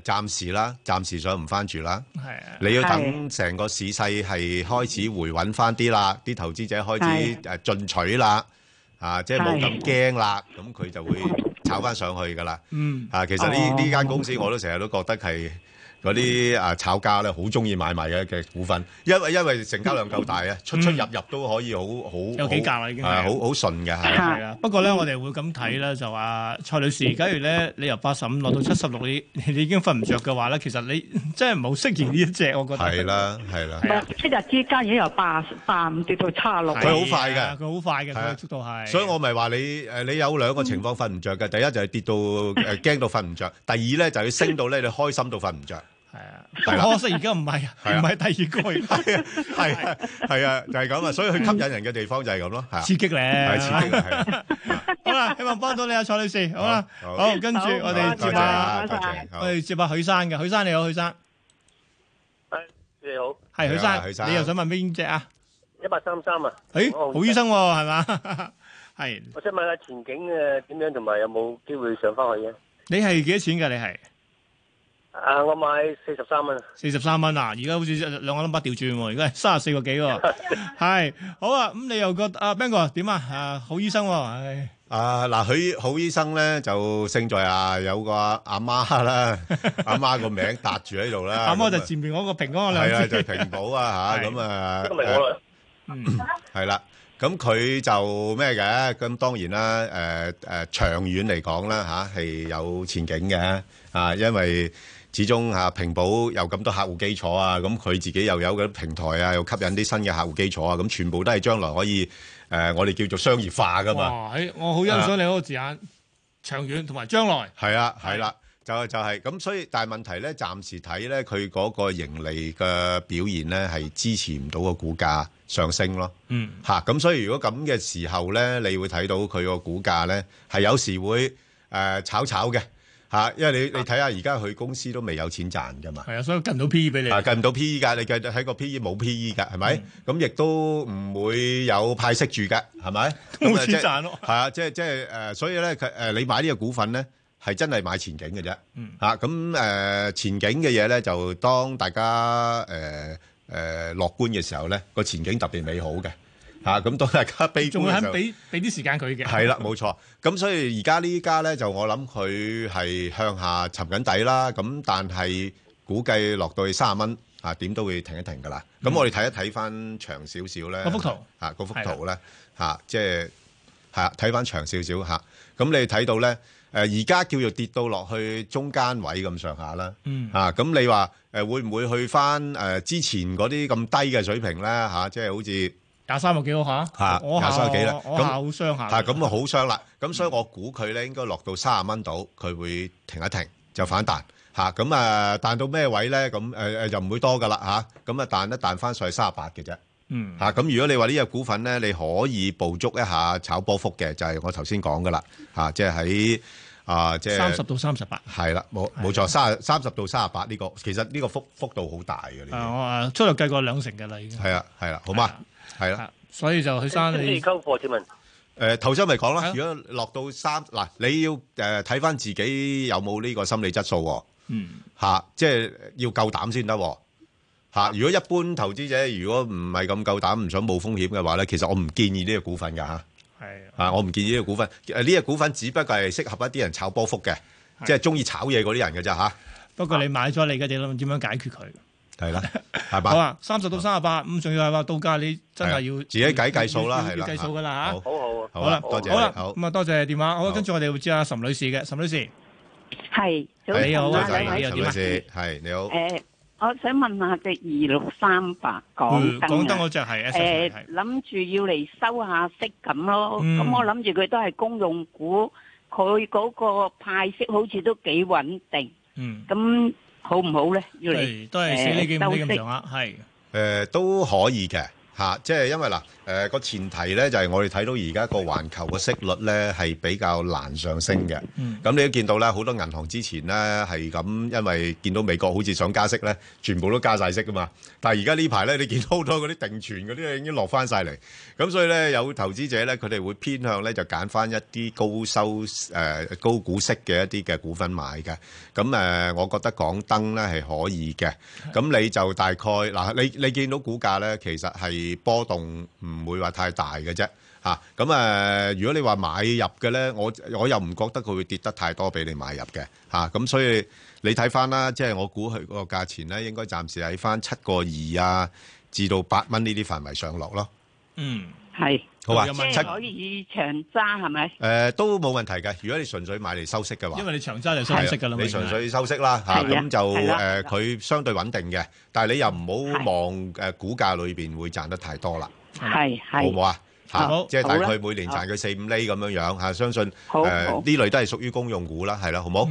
Speaker 2: 誒、暫時啦，暫時上唔翻住啦。
Speaker 1: 係啊
Speaker 2: 你要等成個市勢係開始回穩翻啲啦，啲投資者開始誒進取啦，啊，即係冇咁驚啦，咁佢就會炒翻上去噶啦。
Speaker 1: 嗯
Speaker 2: 啊，其實呢
Speaker 10: 哦
Speaker 2: 呢間公司我都成日都覺得係嗰啲啊炒家咧好中意買賣嘅嘅股份，因為因為成交量夠大啊，出出入入都可以好好
Speaker 1: 嗯有幾格啦已經係
Speaker 2: 係好好順嘅係。
Speaker 1: 係啊，不過咧，我哋會咁睇啦，就話蔡女士，假如咧你由八十五落到七十六，你 [LAUGHS] 你已經瞓唔着嘅話咧，其實你 [LAUGHS] 真係唔好適宜呢一隻，我覺得
Speaker 2: 係。啦，係啦
Speaker 1: 啊
Speaker 10: 唔，係一日之間已經由八八五跌到七十
Speaker 1: Dạ.
Speaker 10: 六。
Speaker 2: 佢好快嘅
Speaker 1: 佢好快嘅，佢
Speaker 2: 係
Speaker 1: 嘅
Speaker 2: 啊
Speaker 1: 速度係。
Speaker 2: 所以我咪話你誒，你有兩個情況瞓唔着嘅，第一就係跌到誒驚到瞓唔着，第二咧就係升到咧你開心到
Speaker 1: [LAUGHS]
Speaker 2: 瞓唔着。
Speaker 1: 係啊，
Speaker 2: 係啦
Speaker 1: 可惜而家唔係啊，
Speaker 2: 係啊
Speaker 1: 唔係第二個
Speaker 2: [LAUGHS] 係啊係啊係啊，就係咁啊，所以佢吸引人嘅地方就係咁咯，係啊
Speaker 1: 刺激咧。
Speaker 2: 係刺激啊，
Speaker 1: [LAUGHS]
Speaker 2: 係啊
Speaker 1: 好啦，希望幫到你啊，蔡女士。好啦，
Speaker 2: 好
Speaker 1: 好，跟住
Speaker 10: 好
Speaker 1: 我
Speaker 10: 唔
Speaker 1: 哋
Speaker 10: 該
Speaker 1: 接
Speaker 2: 多謝
Speaker 1: 下，
Speaker 2: 啊，多謝，好
Speaker 1: 我哋接下許生嘅，許生你好，許生，
Speaker 11: 你好，
Speaker 1: 係許
Speaker 2: 係啊許
Speaker 1: 生，
Speaker 2: 生
Speaker 1: 你又想問邊只啊？
Speaker 11: 一八三三啊，
Speaker 1: 誒，
Speaker 11: 我
Speaker 1: 好醫生喎，係嘛？ [LAUGHS] 係，
Speaker 11: 我想問下前景誒點樣，同埋有冇機會上翻去嘅？
Speaker 1: 你係幾多錢㗎？你係？
Speaker 11: 啊，我買四十三蚊，
Speaker 1: 四十三蚊啊！而家好似兩個 number 調轉喎，而家係三十四個幾
Speaker 2: [LAUGHS]
Speaker 1: 喎，係好啊！咁你又覺得啊 Ben 哥點啊？啊好醫生喎、唉
Speaker 2: 啊嗱，許好醫生咧就勝在啊有個阿
Speaker 1: [LAUGHS]
Speaker 2: 媽啦，阿媽個名搭住喺度啦，
Speaker 1: 啱啱就
Speaker 2: 咁啊
Speaker 1: 前面嗰個平安
Speaker 2: 係啦，
Speaker 1: 兩字，
Speaker 2: 就平保
Speaker 1: [LAUGHS]
Speaker 2: 啊
Speaker 1: 係
Speaker 2: 嚇，咁啊，
Speaker 11: 咁咪我啦。
Speaker 1: 嗯
Speaker 2: 係啦，咁佢就咩嘅？咁當然啦，誒、誒、長遠嚟講啦嚇係有前景嘅啊，因為始終嚇、平保有咁多客戶基礎啊，咁佢自己又有嗰啲平台啊，又吸引啲新嘅客戶基礎啊，咁全部都係將來可以誒、我哋叫做商業化噶啊嘛。啊
Speaker 1: 哇！喺我好欣賞你嗰個字眼，長遠同埋將來
Speaker 2: 係啊，係啦，就係就係咁，所以但係問題咧，暫時睇咧，佢嗰個盈利嘅表現咧，係支持唔到個股價上升咯。
Speaker 1: 嗯，
Speaker 2: 嚇咁、所以如果咁嘅時候咧，你會睇到佢個股價咧係有時會誒、呃炒炒嘅嚇、因為你你睇下而家佢公司都未有錢賺噶嘛。
Speaker 1: 係啊，所以近到 P 俾你
Speaker 2: 啊，計唔到 P E 㗎，你計喺個 P E 冇 P E 㗎，係咪？咁亦都唔會有派息住㗎，係咪？
Speaker 1: [LAUGHS] 冇
Speaker 2: 咁啊
Speaker 1: 錢
Speaker 2: 即係
Speaker 1: 賺咯
Speaker 2: 係啊，即係即係誒，所以咧佢誒，你買呢個股份咧係真係買前景嘅啫。
Speaker 1: 嗯
Speaker 2: 嚇咁誒前景嘅嘢咧，就當大家誒誒樂觀嘅時候咧，個前景特別美好嘅。嚇咁當大家悲
Speaker 1: 仲會
Speaker 2: 觀嘅時
Speaker 1: 肯
Speaker 2: 候。
Speaker 1: 俾俾啲時間佢嘅。
Speaker 2: 係啦，冇錯。咁所以而家呢家咧，就我諗佢係向下沉緊底啦。咁但係估計落到去三十蚊啊，點都會停一停噶啦。咁我哋睇一睇翻長少少咧，
Speaker 1: 嗯嗰幅圖
Speaker 2: 啊，嗰幅圖咧嚇，即係係啊睇翻長少少嚇。咁你睇到咧，誒而家叫做跌到落去中間位咁上下啦。
Speaker 1: 嗯
Speaker 2: 啊，咁你話誒會唔會去翻誒之前嗰啲咁低嘅水平咧嚇？即係好似。
Speaker 1: 廿三個幾好下，
Speaker 2: 嚇
Speaker 1: 我下
Speaker 2: 23個幾啦
Speaker 1: 我
Speaker 2: 咁
Speaker 1: 下好傷下。
Speaker 2: 係咁啊，嗯好傷啦。咁所以我估佢咧應該落到三十蚊度，佢會停一停就反彈嚇。咁啊，彈到咩位咧？咁誒誒就唔會多噶啦嚇。咁啊，彈一彈翻上去三十八嘅啫
Speaker 1: 嗯
Speaker 2: 嚇。咁如果你話呢只股份咧，你可以捕捉一下炒波幅嘅，就係我頭先講噶啦嚇，即係喺啊，即係
Speaker 1: 30到38
Speaker 2: 係啊啦，冇冇錯，三三十到三十八呢個，其實呢個幅幅度好大嘅呢
Speaker 1: 啊，我啊粗略計過兩成嘅啦，已經
Speaker 2: 個，。係啊係啦，好嘛，係啦。
Speaker 1: 所以就許生
Speaker 11: 你
Speaker 1: 你
Speaker 11: 溝貨點問？
Speaker 2: 誒頭先咪講
Speaker 1: 啊
Speaker 2: 啦，如果落到三嗱，你要誒睇翻自己有冇呢個心理質素喎。
Speaker 1: 嗯，
Speaker 2: 嚇，即係要夠膽先得喎嚇。如果一般投資者如果唔係咁夠膽，唔想冇風險嘅話咧，其實我唔建議呢個股份㗎嚇。
Speaker 1: 係
Speaker 2: 啊，我唔建議呢個股份。誒呢個股份只不過係適合一啲人炒波幅嘅，即係中意炒嘢嗰啲人嘅啫嚇。
Speaker 1: 不過你買咗你嘅，你諗點樣解決佢？
Speaker 2: 係啦，係嘛？
Speaker 1: 好啊，三十到三十八，咁仲要係話到價，你真係要
Speaker 2: 啊自己計計數啦
Speaker 1: 要
Speaker 2: 係
Speaker 1: 要
Speaker 2: 啦
Speaker 1: 嗯計數㗎啦嚇。
Speaker 11: 好好
Speaker 2: 好
Speaker 1: 好啦，
Speaker 2: 啊多謝
Speaker 1: 好啦，
Speaker 2: 你好
Speaker 1: 咁啊多謝電話。好，跟住我哋會知阿岑女士嘅，岑女士，
Speaker 7: 系早
Speaker 1: 你好
Speaker 7: 晨
Speaker 1: 啊
Speaker 7: 啊，兩
Speaker 2: 多謝
Speaker 7: 位
Speaker 2: 陳女士，係你好。
Speaker 7: 誒，我想問下隻二六三八港
Speaker 1: 嗯
Speaker 7: 燈
Speaker 1: 講得
Speaker 7: 啊
Speaker 1: 我就係
Speaker 7: 誒
Speaker 1: S 係
Speaker 7: 諗住要嚟收下息咁咯，
Speaker 1: 嗯
Speaker 7: 咁我諗住佢都係公用股，佢嗰個派息好似都幾穩定，
Speaker 1: 嗯，
Speaker 7: 咁好唔好咧？要嚟
Speaker 1: 係都係死你幾
Speaker 7: 誒
Speaker 1: 唔幾
Speaker 7: 收
Speaker 1: 咁
Speaker 7: 息
Speaker 1: 上下，係
Speaker 2: 誒、呃都可以嘅嚇、即係因為嗱誒個前提咧就係、我哋睇到而家個環球嘅息率咧係比較難上升嘅。咁、
Speaker 1: 嗯
Speaker 2: 你都見到啦，好多銀行之前咧係咁，因為見到美國好似想加息咧，全部都加晒息噶嘛。但係而家呢排咧，你見到好多嗰啲定存嗰啲已經落翻晒嚟，咁所以咧有投資者咧佢哋會偏向咧就揀翻一啲高收誒、高股息嘅一啲嘅股份買嘅。咁誒、我覺得港燈咧係可以嘅。咁你就大概嗱，你你見到股價咧，其實係波動唔會話太大嘅啫。嚇啊咁誒，如果你話買入嘅咧，我我又唔覺得佢會跌得太多俾你買入嘅嚇。咁、所以你睇翻啦，即係我估佢嗰個價錢咧，應該暫時喺翻七個二啊，至到八蚊呢啲範圍上落咯。
Speaker 1: 嗯，
Speaker 7: 係
Speaker 2: 好啊，
Speaker 7: 即
Speaker 2: 七
Speaker 7: 係可以長揸係咪？
Speaker 2: 誒都冇問題嘅。如果你純粹買嚟收息嘅話，
Speaker 1: 因為你長揸就收息㗎啦，
Speaker 2: 啊
Speaker 1: 永
Speaker 2: 你
Speaker 1: 遠
Speaker 2: 純
Speaker 1: 係
Speaker 2: 粹收息啦嚇，
Speaker 1: 係啊
Speaker 2: 咁就
Speaker 1: 係啦
Speaker 2: 誒佢相對穩定嘅，但係你又唔好望誒股價裏邊會賺得太多啦，
Speaker 7: 係
Speaker 2: 好
Speaker 7: 係
Speaker 2: 唔好啊？嚇
Speaker 1: 好，
Speaker 2: 即係大
Speaker 1: 好啦
Speaker 2: 概每年賺佢四五厘咁樣樣嚇，相信
Speaker 1: 好
Speaker 2: 誒
Speaker 1: 好嗯
Speaker 2: 呢類都係屬於公用股啦，係啦，好冇？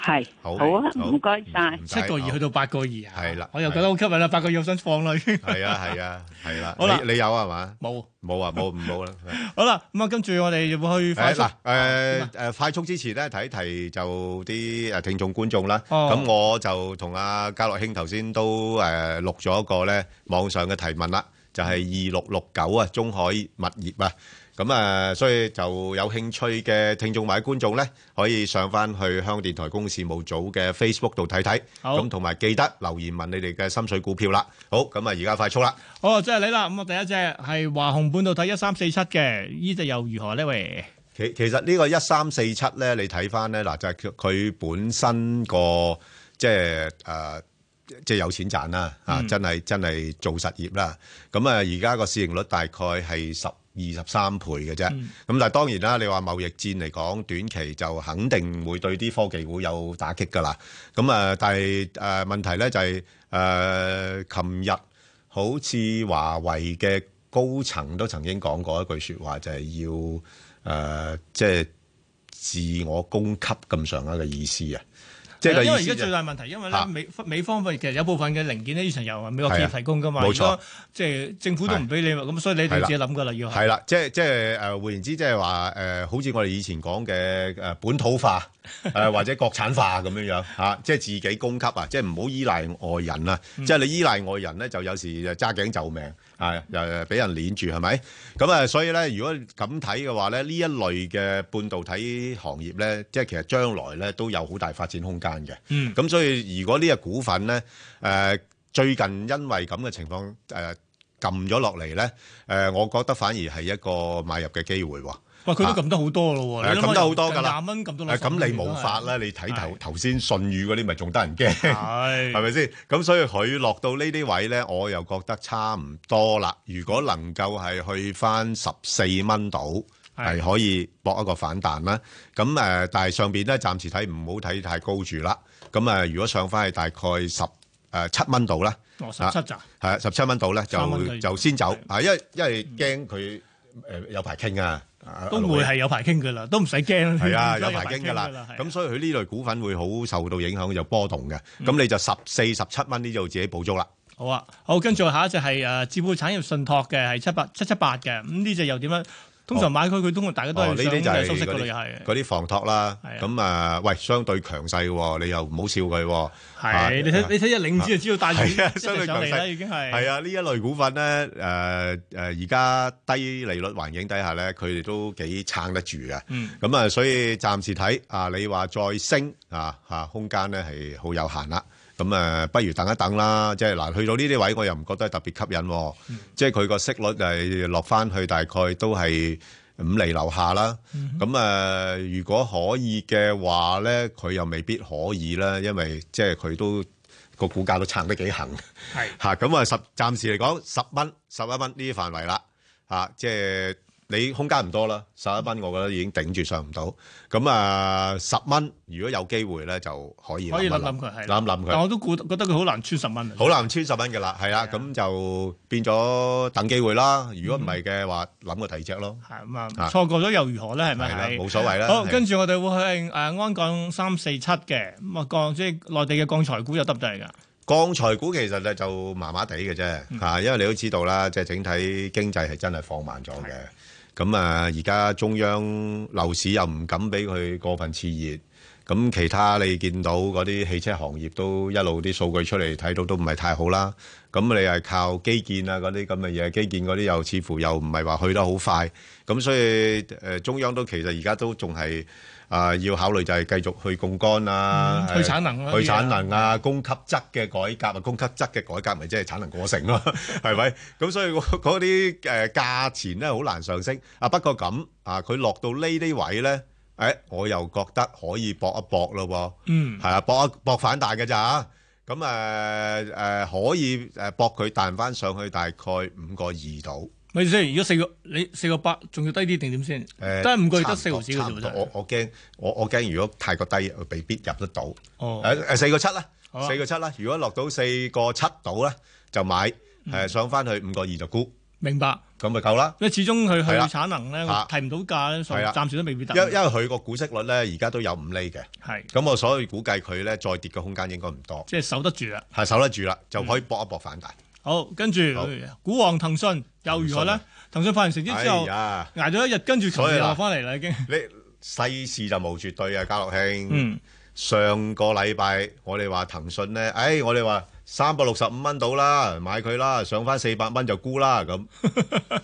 Speaker 7: 係
Speaker 2: 好
Speaker 7: 好啊，
Speaker 2: 好
Speaker 7: 唔該晒，
Speaker 1: 七個二去到八個二啊，
Speaker 2: 係啦，
Speaker 1: 我又覺得好吸引啊啦，八個二我想放啦已經。
Speaker 2: 係啊，係啊，係啦。
Speaker 1: 好啦
Speaker 2: 你你有啊係嘛？
Speaker 1: 冇
Speaker 2: 冇啊，冇唔好啦。
Speaker 1: 好啦，咁啊，跟住我哋會去快
Speaker 2: 誒
Speaker 1: 速
Speaker 2: 嗱誒誒快速之前咧，提一提就啲誒聽眾觀眾啦。
Speaker 1: 哦
Speaker 2: 咁我就同阿家樂兄頭先都誒錄咗一個咧網上嘅提問啦，就係二六六九啊，中海物業啊。咁啊，所以就有興趣嘅聽眾或者觀眾咧，可以上翻去香港電台公事務組嘅 Facebook 度睇睇。
Speaker 1: 好
Speaker 2: 咁同埋記得留言問你哋嘅心水股票啦。好，咁啊，而家快速啦。
Speaker 1: 好啊，即係你啦。咁我第一隻係華虹半導體一三四七嘅，呢只又如何呢？喂，
Speaker 2: 其其實呢個一三四七咧，你睇翻咧嗱，就係佢佢本身個即係誒、呃即係有錢賺啦，啊，
Speaker 12: 嗯
Speaker 2: 真係真係做實業啦。咁啊，而家個市盈率大概係十二十三倍嘅啫。咁、
Speaker 12: 嗯
Speaker 2: 但係當然啦，你話貿易戰嚟講，短期就肯定會對啲科技股有打擊㗎啦。咁啊，但係誒、呃、問題咧就係、誒，琴、日好似華為嘅高層都曾經講過一句説話，就係、要誒、呃即係自我供給咁上下嘅意思啊。即係個
Speaker 1: 因為而
Speaker 2: 意思
Speaker 1: 家
Speaker 2: 就
Speaker 1: 最
Speaker 2: 係
Speaker 1: 大問題，因為咧
Speaker 2: 嚇
Speaker 1: 美美方其實有部分嘅零件呢，以前由美國企
Speaker 2: 係
Speaker 1: 業
Speaker 2: 啊
Speaker 1: 提供噶嘛，
Speaker 2: 冇
Speaker 1: 而
Speaker 2: 錯
Speaker 1: 家即係政府都唔俾你，咁所以你哋自己諗噶啦，要
Speaker 2: 係啦，即係即係誒，換言之，即係話誒，好似我哋以前講嘅誒本土化
Speaker 12: [LAUGHS]
Speaker 2: 誒、或者國產化咁樣樣嚇、即係自己供給啊，即係唔好依賴外人啊，
Speaker 12: 嗯
Speaker 2: 即係你依賴外人咧，就有時就揸頸就命啊，又又俾人攆住係咪？咁啊，所以咧，如果咁睇嘅話咧，呢一類嘅半導體行業咧，即係其實將來咧都有好大發展空間嘅。
Speaker 12: 嗯
Speaker 2: 咁所以如果呢只股份咧，誒、最近因為咁嘅情況誒撳咗落嚟咧，誒、我覺得反而係一個買入嘅機會喎。
Speaker 1: 喂，佢都撳得好多咯喎，
Speaker 2: 誒啊撳得好多㗎啦，
Speaker 1: 廿蚊撳到落
Speaker 2: 誒
Speaker 1: 手
Speaker 2: 咁你
Speaker 1: 都係
Speaker 2: 冇法啦，你睇頭頭先信譽嗰啲咪仲得人
Speaker 1: [LAUGHS]
Speaker 2: 驚，
Speaker 1: 係
Speaker 2: [LAUGHS] 係咪先？咁所以佢落到呢啲位咧，我又覺得差唔多啦。如果能夠係去翻十四蚊度，
Speaker 12: 係
Speaker 2: 係可以搏一個反彈啦。咁誒、呃但係上邊咧暫時睇唔好睇太高住啦。咁誒、呃如果上翻去大概十誒七蚊度啦，
Speaker 1: 哦17咋
Speaker 2: 係啊，十七蚊度咧
Speaker 1: 三蚊
Speaker 2: 就
Speaker 1: 雞
Speaker 2: 就先走啊，因為因為驚佢誒有排傾啊，啊
Speaker 1: 都
Speaker 2: 阿老
Speaker 1: 會
Speaker 2: 爺
Speaker 1: 係有排傾噶啦，都唔使驚。
Speaker 2: 係啊，
Speaker 1: [LAUGHS] 都
Speaker 2: 有排經㗎
Speaker 1: 係
Speaker 2: 啦
Speaker 1: 啊。
Speaker 2: 咁所以佢呢類股份會好受到影響，就波動嘅。
Speaker 1: 嗯
Speaker 2: 咁你就十四、十七蚊呢度自己補足啦。
Speaker 1: 好呃啊，好，跟住下一隻係誒置富產業信託嘅，係七八七七八嘅，咁呢只又點樣通常買佢佢通常大家都
Speaker 2: 哦，
Speaker 1: 係
Speaker 2: 呢
Speaker 1: 想
Speaker 2: 啲就
Speaker 1: 就
Speaker 2: 係
Speaker 1: 收息
Speaker 2: 嗰
Speaker 1: 㗎啦，
Speaker 2: 啲
Speaker 1: 又係。
Speaker 2: 嗰啲房託啦。咁啊，喂，相對強勢喎，你又唔好笑佢喎。啊
Speaker 1: 係你睇你睇一領子就知道大市
Speaker 2: 係啊
Speaker 1: 一
Speaker 2: 相
Speaker 1: 直上
Speaker 2: 對強
Speaker 1: 嚟啦，
Speaker 2: 勢
Speaker 1: 已經係。
Speaker 2: 係啊，呢一類股份咧，誒誒，而家低利率環境底下咧，佢哋都幾撐得住嘅。
Speaker 1: 嗯
Speaker 2: 咁啊，所以暫時睇啊，你話再升啊嚇，空間咧係好有限啦。咁啊，不如等一等啦。即係嗱，去到呢啲位，我又唔覺得特別吸引喎。
Speaker 1: 嗯
Speaker 2: 即係佢個息率係落翻去大概都係五厘樓下啦。
Speaker 1: 嗯
Speaker 2: 咁啊，如果可以嘅話咧，佢又未必可以啦，因為即係佢都。個股價都撐得幾行，
Speaker 1: 係
Speaker 2: [LAUGHS] 嚇咁啊十暫時嚟講十蚊、十一蚊呢啲範圍啦，嚇、即係你空間唔多啦，十一蚊我覺得已經頂住上唔到，咁啊十蚊如果有機會咧就可以
Speaker 1: 可以
Speaker 2: 一
Speaker 1: 諗諗佢係啦
Speaker 2: 諗諗
Speaker 1: 但我
Speaker 2: 佢，
Speaker 1: 都估覺得佢好難穿十蚊啊。
Speaker 2: 好難穿十蚊嘅啦，係啦，咁就變咗等機會啦。如果唔係嘅話，諗個第二隻咯，
Speaker 1: 咁啊，
Speaker 2: 啊
Speaker 1: 錯過咗又如何咧？係咪？
Speaker 2: 係啦
Speaker 1: 係
Speaker 2: 冇所謂啦
Speaker 1: 好，
Speaker 2: 係
Speaker 1: 跟住我哋會去誒安鋼三四七嘅，咁啊鋼即係內地嘅鋼材股又得唔得嚟㗎？
Speaker 2: 鋼材股其實咧就麻麻地嘅
Speaker 1: 嗯
Speaker 2: 啫嚇，因為你都知道啦，即係整體經濟係真係放慢咗嘅。咁啊，而家中央樓市又唔敢俾佢過分熾熱，咁其他你見到嗰啲汽車行業都一路啲數據出嚟睇到都唔係太好啦。咁你係靠基建啊嗰啲咁嘅嘢，基建嗰啲又似乎又唔係話去得好快，咁所以誒、呃中央都其實而家都仲係啊要考慮就係繼續去槓桿啊，
Speaker 1: 嗯去產能啊
Speaker 2: 去
Speaker 1: 啲嘢
Speaker 2: 產能。能啊、供給側嘅改革啊、供給側嘅改革，咪即係產能過剩咯， [LAUGHS] 係咪？咁所以嗰嗰啲誒價錢咧好難上升啊。不過咁啊，佢落到呢啲位咧，誒、我又覺得可以搏一搏咯喎。
Speaker 1: 嗯
Speaker 2: 係啊，搏一搏反彈嘅咋。啊咁誒誒可以誒搏佢彈翻上去大概五個二度。
Speaker 1: 咪意思係如果四個你四個八仲要低啲定點先？
Speaker 2: 誒
Speaker 1: 得五個月
Speaker 2: 差
Speaker 1: 得
Speaker 2: 唔多
Speaker 1: 四毫子嘅
Speaker 2: 差
Speaker 1: 啫
Speaker 2: 唔
Speaker 1: 喎，
Speaker 2: 多
Speaker 1: 真係
Speaker 2: 我我驚我我驚，如果太過低，未必入得到。
Speaker 1: 哦
Speaker 2: 誒誒四個七啦，
Speaker 1: 好啊
Speaker 2: 四個七啦。如果落到四個七度咧，就買誒上翻去五個二就沽，
Speaker 1: 明白。
Speaker 2: 咁咪夠啦。
Speaker 1: 因為始終佢去
Speaker 2: 係啦
Speaker 1: 產能咧
Speaker 2: 啊，
Speaker 1: 提唔到價咧，所以
Speaker 2: 係啦
Speaker 1: 暫時都未必得。
Speaker 2: 因因為佢個股息率咧，而家都有五厘嘅，
Speaker 1: 係
Speaker 2: 咁我所以估計佢咧再跌嘅空間應該唔多，
Speaker 1: 即係守得住啦。
Speaker 2: 係守得住啦，就可以搏一搏反彈。
Speaker 1: 好，跟住
Speaker 2: 好啊
Speaker 1: 股王騰訊又如何咧？騰訊發完成績之後，
Speaker 2: 哎呀
Speaker 1: 捱咗一日，跟住琴
Speaker 2: 所以
Speaker 1: 日
Speaker 2: 啦
Speaker 1: 落翻嚟啦，已經。
Speaker 2: 世事就無絕對啊，家樂兄。
Speaker 1: 嗯
Speaker 2: 上個禮拜我哋話騰訊咧，誒、我哋話三百六十五蚊到啦，買佢啦，上翻四百蚊就沽啦咁。
Speaker 1: 嗯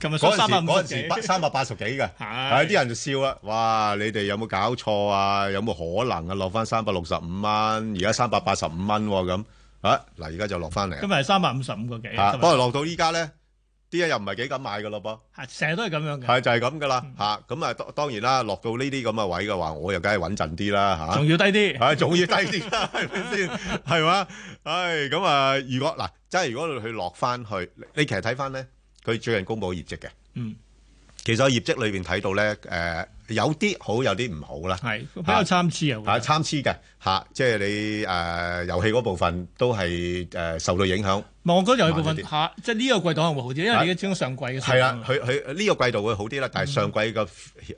Speaker 1: 琴日上
Speaker 2: 嗰陣時
Speaker 1: 350幾
Speaker 2: 嗰陣時三百八十幾嘅，
Speaker 1: 係
Speaker 2: 係啲人就笑啦，哇！你哋有冇搞錯啊？有冇可能啊？落翻三百六十五蚊，而家三百八十五蚊喎咁啊！嗱，而家就落翻嚟啦
Speaker 1: 今日係三百五十五個幾，
Speaker 2: 啊
Speaker 1: 今日
Speaker 2: 不過落到依家咧，啲人又唔係幾敢買嘅咯噃。
Speaker 1: 係成日都係咁樣嘅。
Speaker 2: 係就係咁噶啦嚇，咁啊當當然啦，落到呢啲咁嘅位嘅話，我又梗係穩陣啲啦嚇，
Speaker 1: 仲要低啲
Speaker 2: [LAUGHS] 係仲要低啲啦， [LAUGHS] 係咪先？係嘛？唉，咁啊，如果嗱，真係如果佢落翻去，你你其實睇翻咧，佢最近公佈業績嘅，
Speaker 1: 嗯，
Speaker 2: 其實我業績裏邊睇到咧，誒有啲好，有啲唔好啦，
Speaker 1: 係比較參差啊。
Speaker 2: 啊，參差嘅嚇，即係你誒遊戲嗰部分都係誒受到影響。
Speaker 1: 唔係，我覺得有部分下，即係呢個季度可能會好啲，因為你而家始終上季嘅。
Speaker 2: 係啦，，佢佢呢個季度會好啲啦，但係上季嘅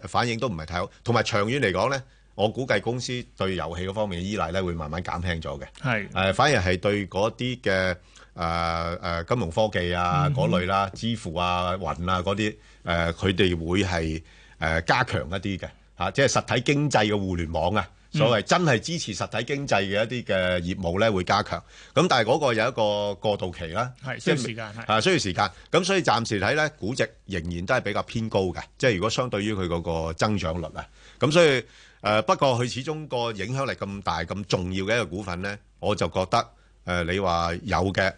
Speaker 2: 反應都唔係太好，同埋長遠嚟講咧，我估計公司對遊戲嗰方面嘅依賴咧會慢慢減輕咗嘅。
Speaker 1: 係
Speaker 2: 誒、反而係啊對嗰啲嘅誒誒金融科技啊
Speaker 1: 嗯
Speaker 2: 嗰、類啦、支付啊、雲啊嗰啲誒，佢哋、會係誒、加強一啲嘅嚇，即係實體經濟嘅互聯網啊，
Speaker 1: 嗯
Speaker 2: 所謂真係支持實體經濟嘅一啲嘅業務咧會加強。咁但係嗰個有一個過渡期啦，
Speaker 1: 係需
Speaker 2: 即係
Speaker 1: 要時間係
Speaker 2: 啊，需要時間。咁所以暫時睇咧，估值仍然都係比較偏高嘅，即係如果相對於佢嗰個增長率啊，咁所以誒、呃不過佢始終個影響力咁大、咁重要嘅一個股份咧，我就覺得誒、呃你話有嘅，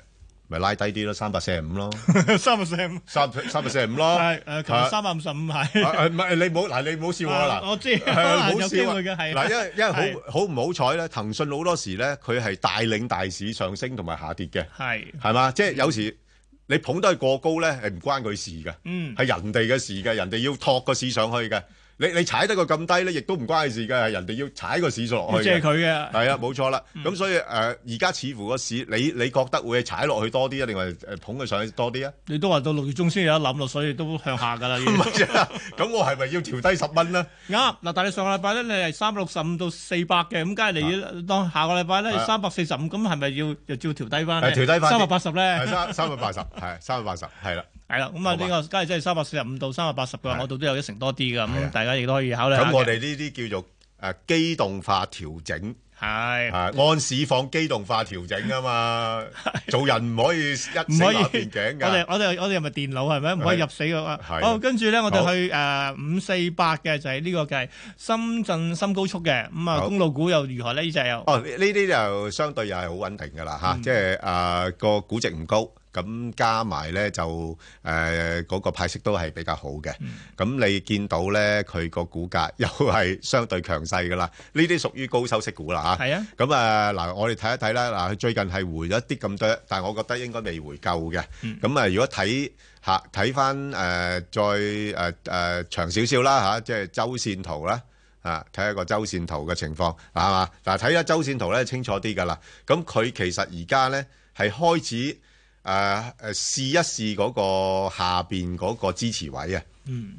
Speaker 2: 咪拉低啲咯，三百四十
Speaker 1: [LAUGHS]
Speaker 2: 五咯，
Speaker 1: 三百四五，
Speaker 2: [LAUGHS] 三三百四十五咯，
Speaker 1: 係誒，琴日
Speaker 2: 啊
Speaker 1: 三百五十五
Speaker 2: 啊啊
Speaker 1: 係。
Speaker 2: 唔係你唔好嗱，你唔好笑我啦
Speaker 1: 啊。我知
Speaker 2: 誒
Speaker 1: [LAUGHS] 可能
Speaker 2: 唔好
Speaker 1: 有
Speaker 2: 笑啊
Speaker 1: 機會嘅係
Speaker 2: 嗱，因為因為
Speaker 1: 係
Speaker 2: 好好唔好彩咧，騰訊好多時咧，佢係帶領大市上升同埋下跌嘅，
Speaker 1: 係
Speaker 2: 係嘛？即係有時你捧得佢過高咧，係唔關佢事嘅，
Speaker 1: 嗯
Speaker 2: 係人哋嘅事嘅，人哋要托個市上去嘅。你你踩得佢咁低咧，亦都唔關佢事嘅，係人哋要踩個市落
Speaker 1: 要
Speaker 2: 去
Speaker 1: 借佢嗯嘅
Speaker 2: 係啊，冇錯啦。咁所以誒，呃而家似乎個市，你你覺得會踩落去多啲啊，定係誒捧佢上去多
Speaker 1: [LAUGHS]
Speaker 2: 啲啊？
Speaker 1: 你都話到六月中先有得諗咯，所以都向下㗎啦。已經
Speaker 2: 咁我係咪要調低十
Speaker 1: [LAUGHS]
Speaker 2: 蚊咧？
Speaker 1: 啱嗱，但係你上個禮拜咧，你係三百六十五到四百嘅，咁梗係你當下個禮拜咧
Speaker 2: 係
Speaker 1: 三百四十五，咁係咪要又照調低翻？
Speaker 2: 係調低返啲
Speaker 1: 三百八十咧，
Speaker 2: 係三三百八十，係三百八十，係啦。
Speaker 1: 係啦，咁啊呢個假如真係三百四十五到三百八十嘅話，我度都有一成多啲嘅，咁大家亦都可以考慮下嘅。
Speaker 2: 咁我哋呢啲叫做誒機動化調整。
Speaker 1: 係啊，
Speaker 2: 按市況機動化調整
Speaker 1: [LAUGHS]
Speaker 2: 啊嘛，做人唔可以一死
Speaker 1: 唔可以
Speaker 2: 馬變頸
Speaker 1: [LAUGHS] 我哋
Speaker 2: 㗎。
Speaker 1: 我哋我哋係咪電腦係咪？唔可以入死嘅話。
Speaker 2: 係
Speaker 1: 好，跟住咧我哋
Speaker 2: 好
Speaker 1: 去誒五四八嘅就係呢個嘅深圳深高速嘅，咁啊
Speaker 2: 好
Speaker 1: 公路股又如何呢？呢只又
Speaker 2: 哦，呢呢啲就相對又係好穩定㗎啦嚇，即係誒個估值唔高，咁加埋咧就誒嗰個派息都係比較好嘅。咁你見到咧佢個股價又係相對強勢㗎啦，呢啲屬於高收息股啦嚇。
Speaker 1: 係啊。
Speaker 2: 咁啊嗱，我哋睇一睇啦。嗱，佢最近係回咗啲咁多，但係我覺得應該未回夠嘅。咁啊，如果睇嚇睇翻誒再誒誒長少少啦嚇，即係周線圖啦。啊，睇一個周線圖嘅情況，係嘛？嗱，睇咗周線圖咧清楚啲㗎啦。咁佢其實而家咧係開始誒誒、呃呃、試一試嗰個下邊嗰個支持位啊。
Speaker 1: 嗯，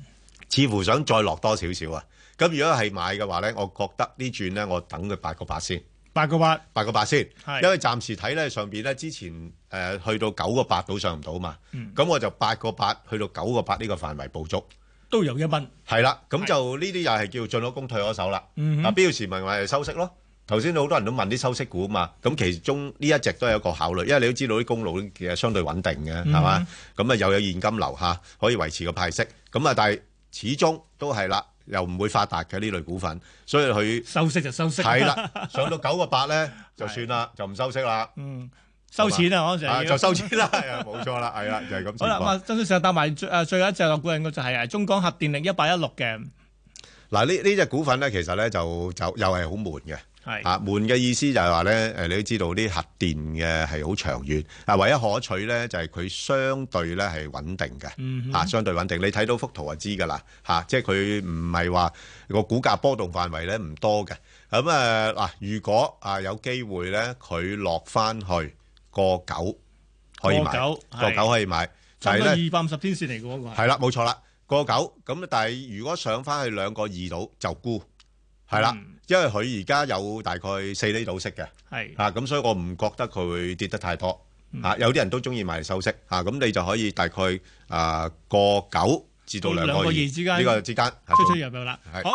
Speaker 2: 似乎想再落多少少啊。咁如果係買嘅話咧，我覺得呢轉咧，我等佢八個八先，
Speaker 1: 八個八，
Speaker 2: 八個八先
Speaker 1: 係，
Speaker 2: 因為暫時睇咧上邊咧之前誒、呃去到九個八都上唔到嘛，
Speaker 1: 嗯
Speaker 2: 咁、我就八個八去到九個八呢個範圍捕捉。
Speaker 1: 都有一蚊。
Speaker 2: 係啦，咁就呢啲又係叫進可攻退可守啦。
Speaker 1: 嗯哼
Speaker 2: 啊，標示咪話係收息咯。頭先好多人都問啲收息股嘛，咁其中呢一隻都有一個考慮，因為你都知道啲公路其實相對穩定嘅，係嘛
Speaker 1: 嗯？
Speaker 2: 咁啊又有現金流嚇，可以維持個派息。咁啊，但係始終都係啦，又唔會發達嘅呢類股份，所以佢
Speaker 1: 收息就收 [LAUGHS] 息
Speaker 2: 係啦，上到九個八咧就算啦，就唔收息啦。
Speaker 1: 嗯，收錢啊！我成日要
Speaker 2: 啊就收錢啦， [LAUGHS] 係啊冇錯啦，係啦，就係咁情
Speaker 1: 好啦，咁
Speaker 2: 況
Speaker 1: 啊，。周先生搭埋最誒最後一隻落股嘅就係誒中港核電力一八一六嘅，
Speaker 2: 嗱，呢呢只股份咧，其實咧就就又係好悶嘅。
Speaker 1: 係
Speaker 2: 啊，悶嘅意思就係話咧，誒你都知道啲核電嘅係好長遠，啊唯一可取咧就係佢相對咧係穩定嘅，
Speaker 1: 嗯哼
Speaker 2: 啊相對穩定。你睇到幅圖就知㗎啦，嚇、即係佢唔係話個股價波動範圍咧唔多嘅。咁誒嗱，如果啊有機會咧，佢落翻去個九可以買，
Speaker 1: 個九
Speaker 2: 個
Speaker 1: 係
Speaker 2: 九可以買，
Speaker 1: 差
Speaker 2: 但
Speaker 1: 唔
Speaker 2: 係
Speaker 1: 多
Speaker 2: 咧。
Speaker 1: 二百五十天線嚟嘅嗰個係
Speaker 2: 係啦，冇錯啦，個九咁，但係如果上翻去兩個二度就沽，係啦，因為佢而家有大概四厘度息嘅，
Speaker 1: 係
Speaker 2: 啊，咁所以我唔覺得佢會跌得太多，啊，有啲人都中意買嚟收息，啊，咁你就可以大概啊個九至到兩個
Speaker 1: 兩個
Speaker 2: 二
Speaker 1: 二之間
Speaker 2: 呢個之間
Speaker 1: 出出入入啦。
Speaker 2: 係
Speaker 1: 好。